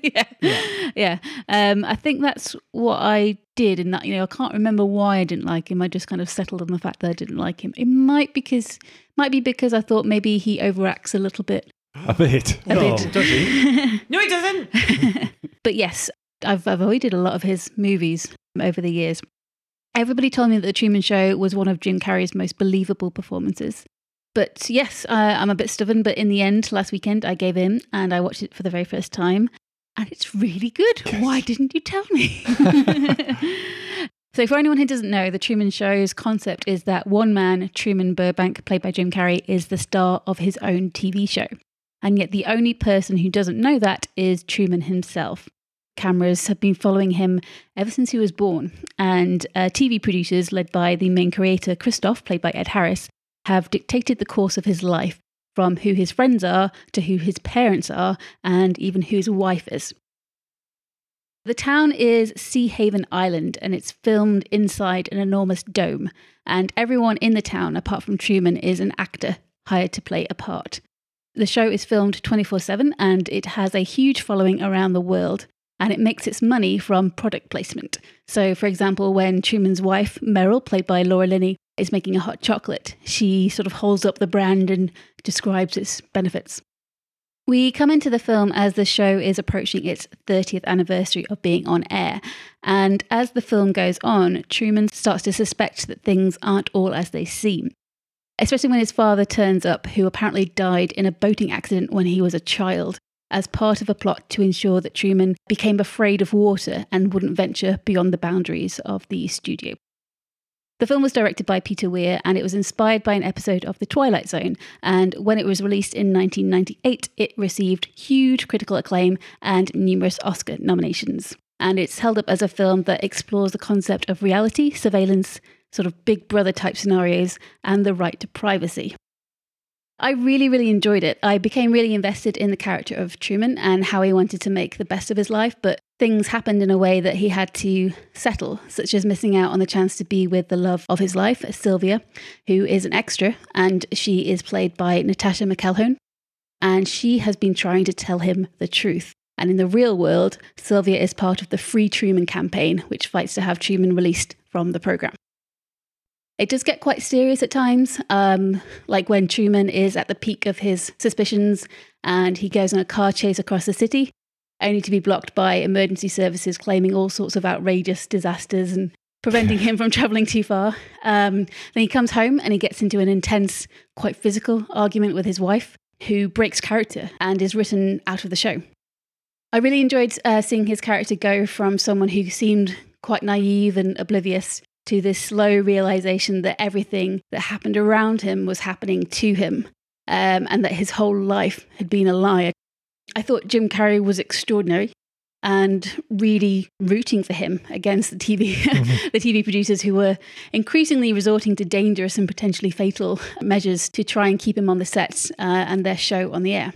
S1: yeah. Yeah. Um, I think that's what I did in that, you know, I can't remember why I didn't like him. I just kind of settled on the fact that I didn't like him. It might because might be because I thought maybe he overacts a little bit.
S6: A bit.
S1: A
S7: No,
S1: bit.
S7: does
S5: No, it doesn't.
S1: but yes, I've avoided a lot of his movies over the years. Everybody told me that The Truman Show was one of Jim Carrey's most believable performances. But yes, uh, I'm a bit stubborn, but in the end, last weekend, I gave in and I watched it for the very first time. And it's really good. Why didn't you tell me? So, for anyone who doesn't know, The Truman Show's concept is that one man, Truman Burbank, played by Jim Carrey, is the star of his own TV show. And yet, the only person who doesn't know that is Truman himself. Cameras have been following him ever since he was born. And uh, TV producers, led by the main creator, Christoph, played by Ed Harris, have dictated the course of his life from who his friends are to who his parents are and even who his wife is. The town is Sea Haven Island and it's filmed inside an enormous dome. And everyone in the town, apart from Truman, is an actor hired to play a part. The show is filmed 24 7 and it has a huge following around the world and it makes its money from product placement. So, for example, when Truman's wife, Meryl, played by Laura Linney, is making a hot chocolate, she sort of holds up the brand and describes its benefits. We come into the film as the show is approaching its 30th anniversary of being on air. And as the film goes on, Truman starts to suspect that things aren't all as they seem. Especially when his father turns up, who apparently died in a boating accident when he was a child, as part of a plot to ensure that Truman became afraid of water and wouldn't venture beyond the boundaries of the studio. The film was directed by Peter Weir and it was inspired by an episode of The Twilight Zone. And when it was released in 1998, it received huge critical acclaim and numerous Oscar nominations. And it's held up as a film that explores the concept of reality, surveillance, sort of big brother type scenarios, and the right to privacy. I really, really enjoyed it. I became really invested in the character of Truman and how he wanted to make the best of his life, but things happened in a way that he had to settle, such as missing out on the chance to be with the love of his life, Sylvia, who is an extra, and she is played by Natasha McElhone. And she has been trying to tell him the truth. And in the real world, Sylvia is part of the Free Truman campaign, which fights to have Truman released from the program. It does get quite serious at times, um, like when Truman is at the peak of his suspicions and he goes on a car chase across the city, only to be blocked by emergency services claiming all sorts of outrageous disasters and preventing him from traveling too far. Um, then he comes home and he gets into an intense, quite physical argument with his wife, who breaks character and is written out of the show. I really enjoyed uh, seeing his character go from someone who seemed quite naive and oblivious to this slow realization that everything that happened around him was happening to him um, and that his whole life had been a lie. I thought Jim Carrey was extraordinary and really rooting for him against the TV
S6: Mm-hmm.
S1: the TV producers who were increasingly resorting to dangerous and potentially fatal measures to try and keep him on the set uh, and their show on the air.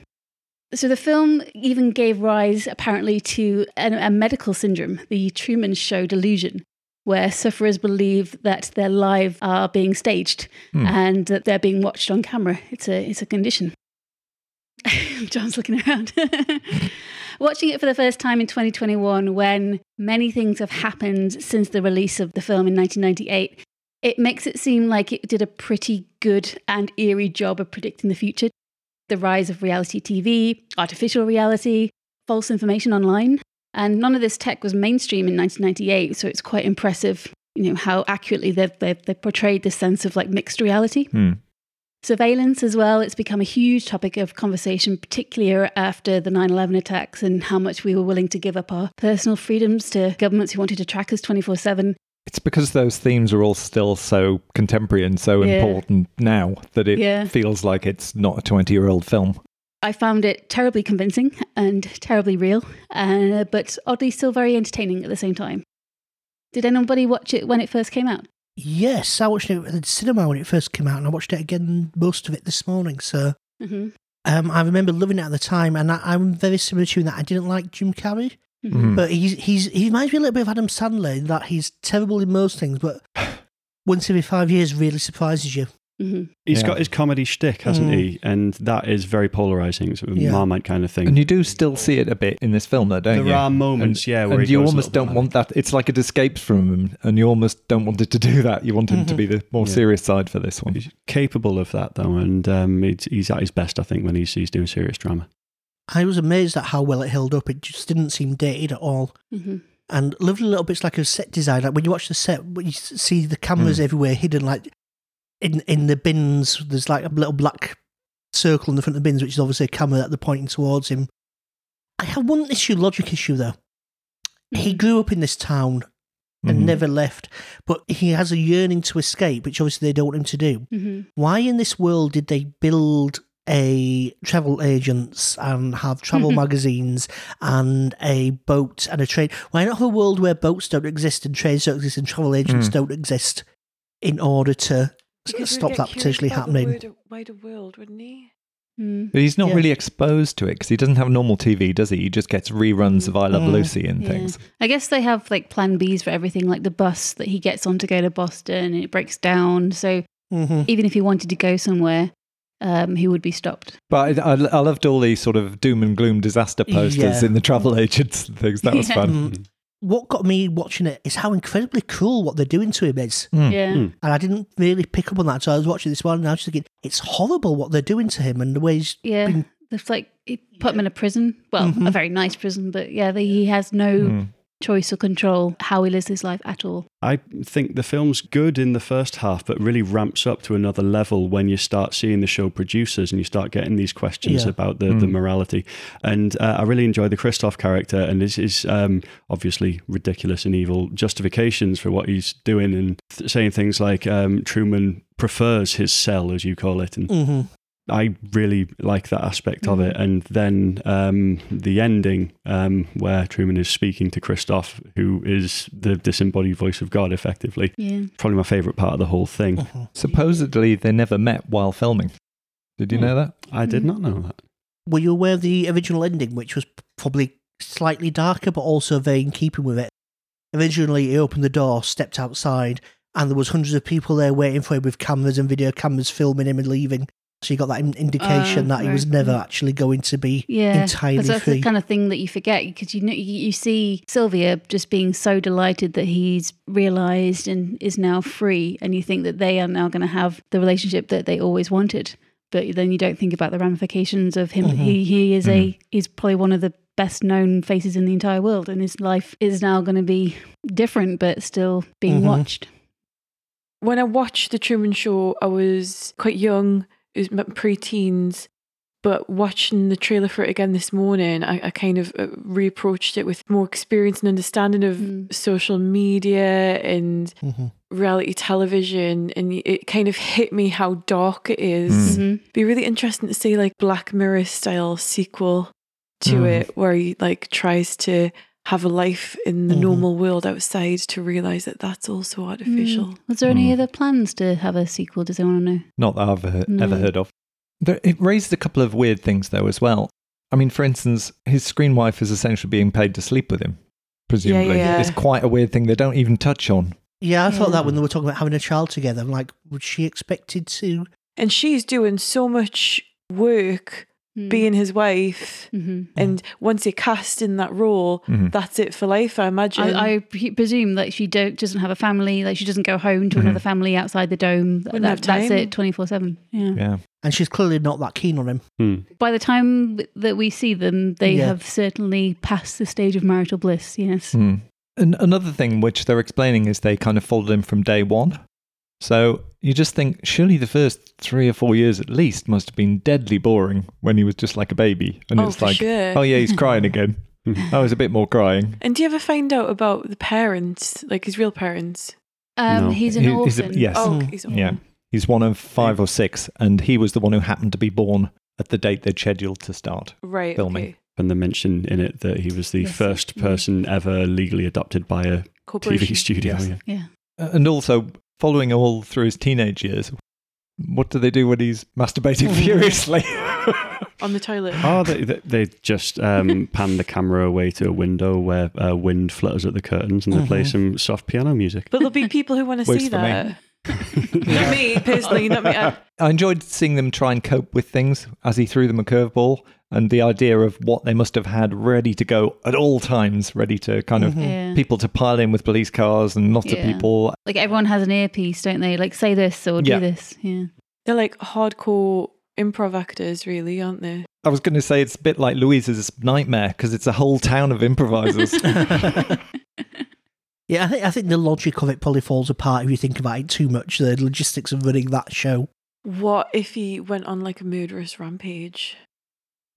S1: So the film even gave rise apparently to a, a medical syndrome, the Truman Show delusion, where sufferers believe that their lives are being staged and that they're being watched on camera. It's a it's a condition. John's looking around. Watching it for the first time in 2021, when many things have happened since the release of the film in 1998, it makes it seem like it did a pretty good and eerie job of predicting the future. The rise of reality TV, artificial reality, false information online. And none of this tech was mainstream in 1998, so it's quite impressive, you know, how accurately they've, they've, they've portrayed this sense of like mixed reality.
S6: Hmm.
S1: Surveillance as well, it's become a huge topic of conversation, particularly uh, after the 9 11 attacks and how much we were willing to give up our personal freedoms to governments who wanted to track us 24 7.
S6: It's because those themes are all still so contemporary and so
S1: Yeah.
S6: important now that it
S1: Yeah.
S6: feels like it's not a 20 year old film.
S1: I found it terribly convincing and terribly real, uh, but oddly still very entertaining at the same time. Did anybody watch it when it first came out?
S2: Yes, I watched it at the cinema when it first came out, and I watched it again most of it this morning. So
S1: Mm-hmm.
S2: um, I remember loving it at the time, and I, I'm very similar to you in that I didn't like Jim Carrey,
S1: Mm-hmm.
S6: Mhm.
S2: but he's he's he reminds me a little bit of Adam Sandler in that he's terrible in most things, but once every five years really surprises you.
S1: Mm-hmm.
S7: He's
S6: Yeah.
S7: got his comedy shtick, hasn't
S2: Mm.
S7: he? And that is very polarizing. It's a
S2: Yeah.
S7: marmite kind of thing.
S6: And you do still see it a bit in this film, though, don't
S7: There
S6: you?
S7: are moments,
S6: And-
S7: yeah, where
S6: and
S7: he
S6: you
S7: goes a
S6: almost
S7: little
S6: don't
S7: bit
S6: want that. It's like it escapes from him, and you almost don't want it to do that. You want him to be the more serious side for this one.
S7: He's capable of that, though. And um, he's- he's at his best, I think, when he's, he's doing serious drama.
S2: I was amazed at how well it held up. It just didn't seem dated at all.
S1: Mm-hmm.
S2: And lovely little bits like a set design. Like when you watch the set, when you s- see the cameras everywhere hidden, like in in the bins, there's like a little black circle in the front of the bins, which is obviously a camera that they're pointing towards him. I have one issue, logic issue though. He grew up in this town. and
S7: mm-hmm.
S6: Mm-hmm.
S2: never left. But he has a yearning to escape, which obviously they don't want him to do.
S1: Mm-hmm.
S2: Why in this world did they build a travel agents and have travel magazines and a boat and a train? Why not have a world where boats don't exist and trains don't exist and travel agents don't exist in order to s stop that potentially happening?
S5: wider world, wouldn't he?
S1: Mm.
S6: But he's not
S2: Yeah.
S6: really exposed to it because he doesn't have normal TV, does he? He just gets reruns of I Love
S2: Mm.
S6: Lucy and
S1: Yeah.
S6: things.
S1: I guess they have like plan Bs for everything, like the bus that he gets on to go to Boston and it breaks down. So
S2: hmm
S1: even if he wanted to go somewhere, um, he would be stopped.
S6: But I, I, I loved all these sort of doom and gloom disaster posters
S2: Yeah.
S6: in the travel agents and things. That was
S1: Yeah.
S6: fun.
S2: Mm. What got me watching it is how incredibly cool what they're doing to him is.
S6: Mm.
S1: Yeah.
S7: Mm.
S2: And I didn't really pick up on that. So I was watching this one and I was thinking, it's horrible what they're doing to him and the way he's
S1: Yeah.
S2: been.
S1: It's like he put him in a prison. Well, a
S2: Mhm.
S1: very nice prison, but yeah, the, he has no
S6: Mm.
S1: choice or control how he lives his life at all.
S7: I think the film's good in the first half, but really ramps up to another level when you start seeing the show producers and you start getting these questions
S2: Yeah.
S7: about the, the morality. And uh, I really enjoy the Christoph character and his, his um, obviously ridiculous and evil justifications for what he's doing and th- saying things like um, Truman prefers his cell, as you call it, and
S2: hmm
S7: I really like that aspect of it. And then um, the ending um, where Truman is speaking to Christoph, who is the disembodied voice of God, effectively.
S1: Yeah.
S7: Probably my favourite part of the whole thing.
S2: Mm-hmm.
S6: Supposedly, they never met while filming. Did
S7: Hmm.
S6: you know that?
S7: I did not know that.
S2: Were you aware of the original ending, which was probably slightly darker, but also very in keeping with it? Originally, he opened the door, stepped outside, and there was hundreds of people there waiting for him with cameras and video cameras filming him and leaving. So you got that in- indication
S1: Oh,
S2: that he was
S1: right.
S2: never actually going to be
S1: yeah,
S2: entirely
S1: but that's
S2: free.
S1: the kind of thing that you forget because you know you, you see Sylvia just being so delighted that he's realised and is now free, and you think that they are now going to have the relationship that they always wanted. But then you don't think about the ramifications of him.
S2: Mm-hmm.
S1: He he is a he's probably one of the best known faces in the entire world, and his life is now going to be different, but still being
S2: Mhm.
S1: watched.
S5: When I watched The Truman Show, I was quite young, it was my pre-teens. But watching the trailer for it again this morning, I, I kind of uh, reapproached it with more experience and understanding of
S1: Mm.
S5: social media and
S2: Mhm.
S5: reality television and y- it kind of hit me how dark it is.
S1: Mhm.
S5: Be really interesting to see like Black Mirror style sequel to
S6: Mhm.
S5: it where he like tries to have a life in the
S2: Mhm.
S5: normal world outside to realize that that's also artificial.
S1: Mm. Was there any
S6: Mm.
S1: other plans to have a sequel? Does anyone know?
S6: Not that I've he-
S1: No.
S6: ever heard of. There, it raised a couple of weird things, though, as well. I mean, for instance, his screen wife is essentially being paid to sleep with him, presumably.
S5: yeah.
S6: It's quite a weird thing they don't even touch on.
S2: Yeah, I thought
S5: Yeah.
S2: that when they were talking about having a child together, I'm like, was she expected to?
S5: And she's doing so much work
S1: Mm.
S5: being his wife.
S1: hmm
S5: And once you're cast in that role,
S6: Mhm.
S5: that's it for life, I imagine.
S2: Um,
S1: I, I pre- presume that she don't, doesn't have a family, like she doesn't go home to
S2: Mm-hmm.
S6: Mhm.
S1: another family outside the dome. That,
S5: Wouldn't have
S1: that's
S5: time.
S1: it, twenty four seven. Yeah.
S6: Mm-hmm. Yeah.
S2: And she's clearly not that keen on him.
S7: Hmm.
S1: By the time that we see them, they
S2: Yeah.
S1: have certainly passed the stage of marital bliss. Yes.
S6: Mm. And another thing which they're explaining is they kind of followed him from day one. So you just think, surely the first three or four years at least must have been deadly boring when he was just like a baby. And
S5: Oh,
S6: it's
S5: for
S6: like,
S5: sure.
S6: oh, yeah, he's crying again. I was a bit more crying.
S5: and do you ever find out about the parents, like his real parents?
S1: Um,
S7: No.
S1: He's an
S6: He- he's a-
S1: orphan.
S6: yes.
S5: Oh,
S2: Mm.
S5: he's
S6: Yeah. He's one of five or six, and he was the one who happened to be born at the date they'd scheduled to start.
S5: Right.
S6: filming.
S5: okay.
S7: And they mention in it that he was the
S1: Yes,
S7: first
S1: yeah.
S7: person ever legally adopted by a TV
S5: Corporation.
S7: studio.
S6: Yes.
S7: yeah.
S1: Yeah.
S6: Uh, And also, following all through his teenage years, what do they do when he's masturbating furiously?
S5: on the toilet.
S7: Oh, they, they, they just um, pan the camera away to a window where uh, wind flutters at the curtains and they play
S2: Mhm.
S7: some soft piano music.
S5: But there'll be people who want to
S6: Works
S5: see
S6: for me.
S5: that. not me personally, not me. I,
S6: I enjoyed seeing them try and cope with things as he threw them a curveball and the idea of what they must have had ready to go at all times, ready to kind of
S1: Yeah.
S6: people to pile in with police cars and lots
S1: Mm-hmm. Yeah.
S6: of people.
S1: Like everyone has an earpiece, don't they? Like say this or
S6: Yeah.
S1: do this. Yeah.
S5: they're like hardcore improv actors, really, aren't they?
S6: I was going to say it's a bit like Louise's nightmare because it's a whole town of improvisers.
S2: Yeah, I think, I think the logic of it probably falls apart if you think about it too much. The logistics of running that show.
S5: What if he went on like a murderous rampage? Mm.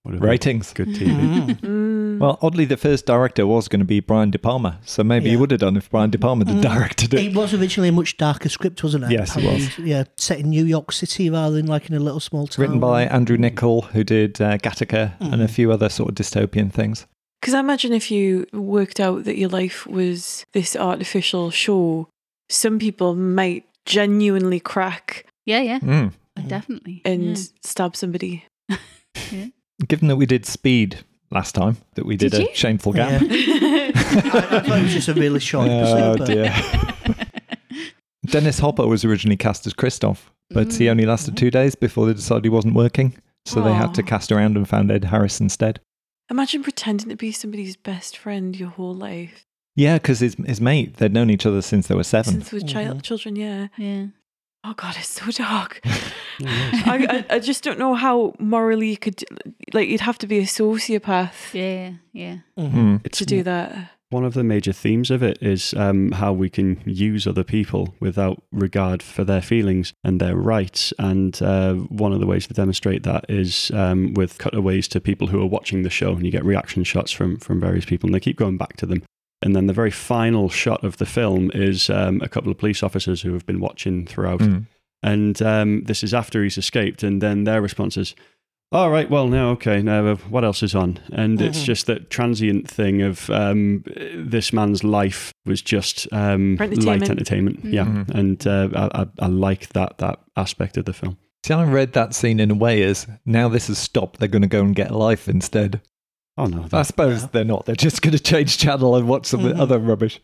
S7: What a
S6: Ratings.
S7: Good TV.
S6: Well, oddly, the first director was going to be Brian De Palma, so maybe he
S2: Yeah.
S6: would have done if Brian De Palma had directed it.
S2: It was originally a much darker script, wasn't it?
S7: Yes, it was.
S2: Apparently, Yeah, set in New York City rather than like in a little small town.
S6: Written by Andrew Nichol, who did uh, Gattaca and a few other sort of dystopian things.
S5: Because I imagine if you worked out that your life was this artificial show, some people might genuinely crack
S1: Yeah, yeah,
S6: Mm.
S1: definitely.
S5: and stab somebody.
S6: Given that we did Speed last time, that we did,
S1: Did
S6: a
S1: you?
S6: shameful gap.
S2: Yeah. I, I thought it was just a really short
S6: Oh,
S2: episode. but-
S6: dear. Dennis Hopper was originally cast as Christoph, but he only lasted two days before they decided he wasn't working. So they had to
S5: Aw.
S6: cast around and found Ed Harris instead.
S5: Imagine pretending to be somebody's best friend your whole life
S6: Yeah, because his, his mate, they'd known each other since they were seven.
S5: since we were child children. Yeah.
S1: Yeah.
S5: Oh God, it's so dark. I, I I just don't know how morally you could like you'd have to be a sociopath
S1: Yeah, yeah.
S2: Mm-hmm.
S6: Hmm.
S7: It's
S5: to do that.
S7: One of the major themes of it is um, how we can use other people without regard for their feelings and their rights. And uh, one of the ways to demonstrate that is um, with cutaways to people who are watching the show, and you get reaction shots from from various people, and they keep going back to them. And then the very final shot of the film is um, a couple of police officers who have been watching throughout.
S6: Mm.
S7: And um, this is after he's escaped, and then their response is, "All right, well, now, okay, now, uh, what else is on?" And it's
S1: Mm-hmm.
S2: Mhm.
S7: just that transient thing of um, this man's life was just um,
S5: Entertainment.
S7: light entertainment,
S1: Mm-hmm.
S7: yeah.
S6: Mhm.
S7: And uh, I, I, I like that that aspect of the film.
S6: See, I read that scene in a way as now this has stopped, they're going to go and get life instead.
S7: Oh no,
S6: I
S7: that,
S6: suppose they're not. They're just going to change channel and watch some
S2: Mhm.
S6: other rubbish.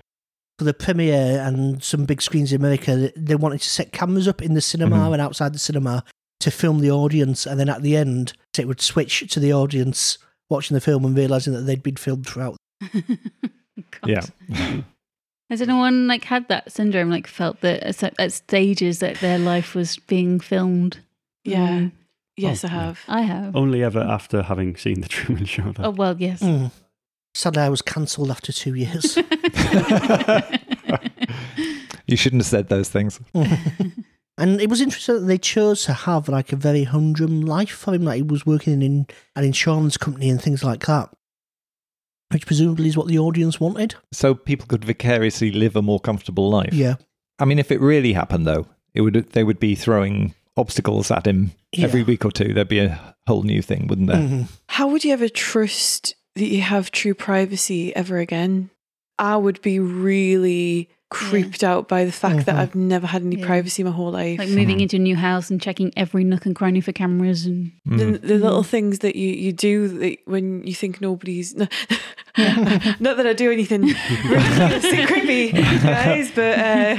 S2: For the premiere and some big screens in America, they wanted to set cameras up in the cinema
S6: Mhm.
S2: and outside the cinema to film the audience, and then at the end, it would switch to the audience watching the film and realizing that they'd been filmed throughout.
S1: God. Has anyone like had that syndrome? Like felt that at, cer- at stages that their life was being filmed?
S5: Yeah.
S1: Mm,
S5: Yes, I
S7: yeah.
S5: have.
S1: I have. Oh,
S7: only ever after having seen the Truman Show. though.
S1: well, yes.
S2: Mm. Sadly, I was cancelled after two years.
S6: You shouldn't have said those things.
S2: Mm. And it was interesting that they chose to have like a very humdrum life for him, like he was working in an insurance company and things like that, which presumably is what the audience wanted.
S6: So people could vicariously live a more comfortable life.
S2: Yeah,
S6: I mean, if it really happened, though, it would they would be throwing obstacles at him
S2: Yeah.
S6: every week or two. There'd be a whole new thing, wouldn't there?
S2: Mhm.
S5: How would you ever trust that you have true privacy ever again? I would be really creeped out by the fact that
S6: Mm-hmm.
S2: Mhm.
S5: I've never had any
S1: Yeah.
S5: privacy my whole life.
S1: Like moving into a new house and checking every nook and cranny for cameras and
S2: Mm.
S6: Mm.
S5: the, the little
S1: Mm.
S5: things that you, you do that when you think nobody's no, not that I do anything ridiculously creepy guys but uh,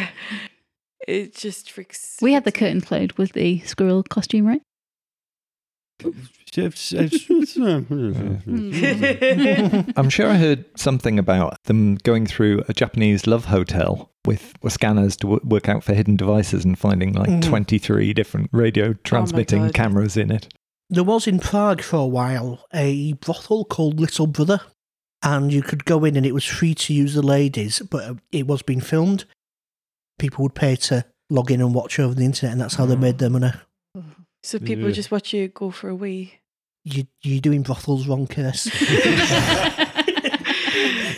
S5: it just freaks
S1: we had the curtain played with the squirrel costume, right?
S7: uh,
S6: I'm sure Mm. I heard something about them going through a Japanese love hotel with, with scanners to w- work out for hidden devices and finding like
S2: Mhm.
S6: 23 different radio transmitting
S5: God.
S6: cameras in it.
S2: There was in Prague for a while a brothel called Little Brother, and you could go in and it was free to use the ladies, but um, it was being filmed. People would pay to log in and watch over the internet, and that's how they made their money.
S5: so people just watch you go for a wee
S2: You, you're doing brothels wrong, Chris.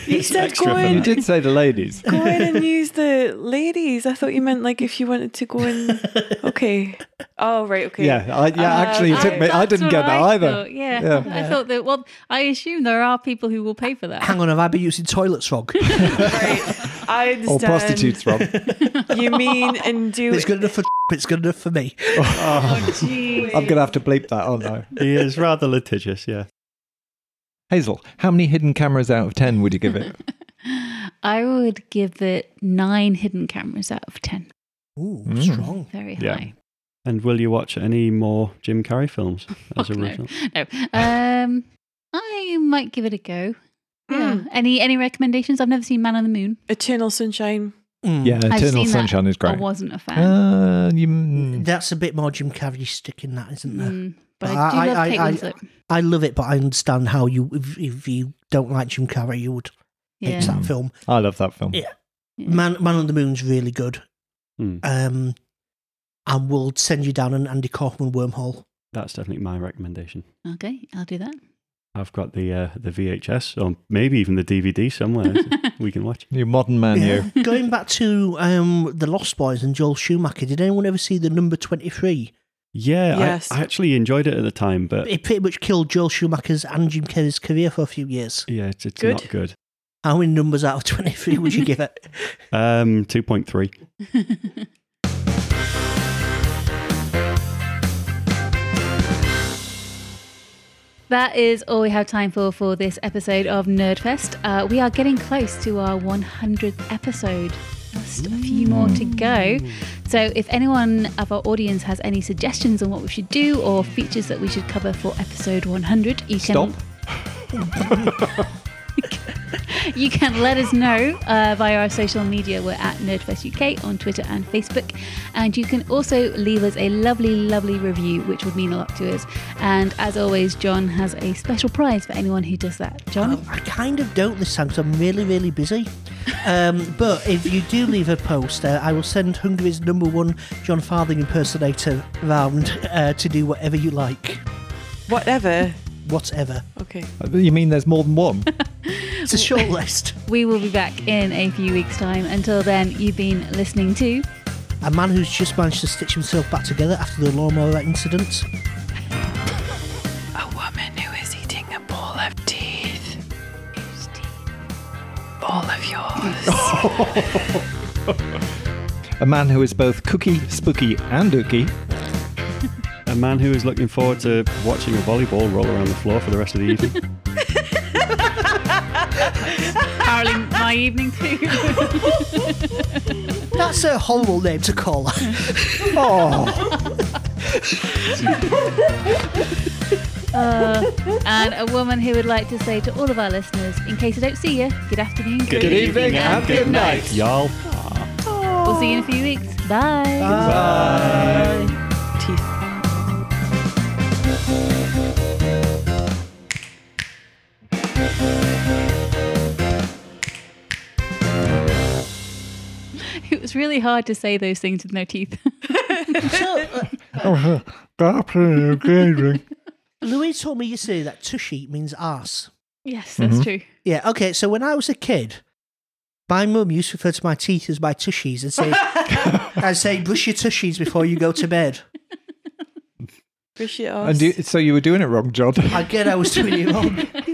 S5: you said
S7: extra
S5: go
S7: for
S5: in
S6: Oh, You did say the ladies.
S5: go in and use the ladies I thought you meant like if you wanted to go in okay oh right okay
S6: Yeah, I, yeah.
S5: Uh,
S6: actually, it took me. I
S1: that's
S6: didn't
S1: what
S6: get that
S1: I
S6: either.
S1: thought, Yeah,
S6: Yeah.
S1: I thought that. Well, I assume there are people who will pay for that.
S2: Hang on, have I been using toilets wrong?
S5: right I understand
S6: Or prostitutes, Rob.
S5: you mean and do
S2: it's good enough for it's good enough for me.
S6: Oh, I'm going to have to bleep that, aren't I?
S7: he is rather litigious, yeah.
S6: Hazel, how many hidden cameras out of 10 would you give it?
S1: I would give it nine hidden cameras out of ten.
S2: Ooh,
S6: Mm.
S2: strong.
S1: Very
S6: Yeah.
S1: high.
S7: And will you watch any more Jim Carrey films as a
S1: Fuck no.
S7: result?
S1: No. Um, I might give it a go. Yeah.
S5: Mm.
S1: Any any recommendations? I've never seen Man on the Moon.
S5: Eternal Sunshine
S2: Mm.
S6: Yeah,
S1: I've
S6: Eternal
S1: seen that.
S6: Sunshine is
S1: I
S6: great.
S1: wasn't a fan.
S6: Uh, you, mm,
S2: That's a bit more Jim Carrey stick in that, isn't there?
S1: Mm, but
S2: I-
S1: I do
S2: I-
S1: love
S2: I-
S1: Kate
S2: I-
S1: Winslet.
S2: I love it, but I understand how you if, if you don't like Jim Carrey, you would hate
S1: Yeah. Mm.
S2: that film.
S6: I love that film.
S2: Yeah.
S1: Yeah.
S2: Man, Man on the Moon's really good.
S7: Hmm,
S2: Um, and we'll send you down an Andy Kaufman wormhole.
S7: that's definitely my recommendation.
S1: Okay, I'll do that.
S7: I've got the uh, the VHS or maybe even the DVD somewhere we can watch.
S6: You modern man, you.
S2: Going back to um, the Lost Boys and Joel Schumacher, did anyone ever see the number twenty three?
S7: Yeah,
S5: Yes.
S7: I, I actually enjoyed it at the time, but
S2: It pretty much killed Joel Schumacher's and Jim Carrey's career for a few years.
S7: yeah, it's, it's
S5: Good.
S7: not good.
S2: How many numbers out of twenty three would you give it?
S7: Um, two point three.
S1: That is all we have time for for this episode of Nerdfest. Uh, we are getting close to our 100th episode. Just a few more to go. So, if anyone of our audience has any suggestions on what we should do or features that we should cover for episode 100, you
S6: Stop.
S1: can you can let us know uh, via our social media. We're at Nerdfest UK on Twitter and Facebook. And you can also leave us a lovely, lovely review, which would mean a lot to us. And as always, John has a special prize for anyone who does that. John?
S2: Um, I kind of don't this time because I'm really, really busy. Um, but if you do leave a post, uh, I will send Hungary's number one John Farthing impersonator round uh, to do whatever you like.
S5: Whatever.
S2: Whatever.
S5: Okay.
S6: You mean there's more than one?
S2: It's a short list.
S1: We will be back in a few weeks' time. Until then, you've been listening to
S2: A man who's just managed to stitch himself back together after the lawnmower incident.
S5: A woman who is eating a ball of teeth. All of yours.
S6: A man who is both cookie, spooky, and ooky.
S7: A man who is looking forward to watching a volleyball roll around the floor for the rest of the evening.
S1: Caroling My Evening Too.
S2: That's a horrible name to call.
S1: and a woman who would like to say to all of our listeners, in case I don't see you, good afternoon, good,
S6: evening
S1: and good night.
S7: Y'all.
S1: We'll see you in a few weeks. Bye.
S5: teeth.
S1: It was really hard to say those things with no teeth.
S2: uh,
S6: Oh,
S2: Louise told me yesterday that tushy means arse.
S1: yes, that's true.
S2: Yeah, okay, so when I was a kid, my mum used to refer to my teeth as my tushies and say, and say, brush your tushies before you go to bed.
S5: Appreciate us.
S6: And you, so you were doing it wrong, John.
S2: Again, I was doing it wrong.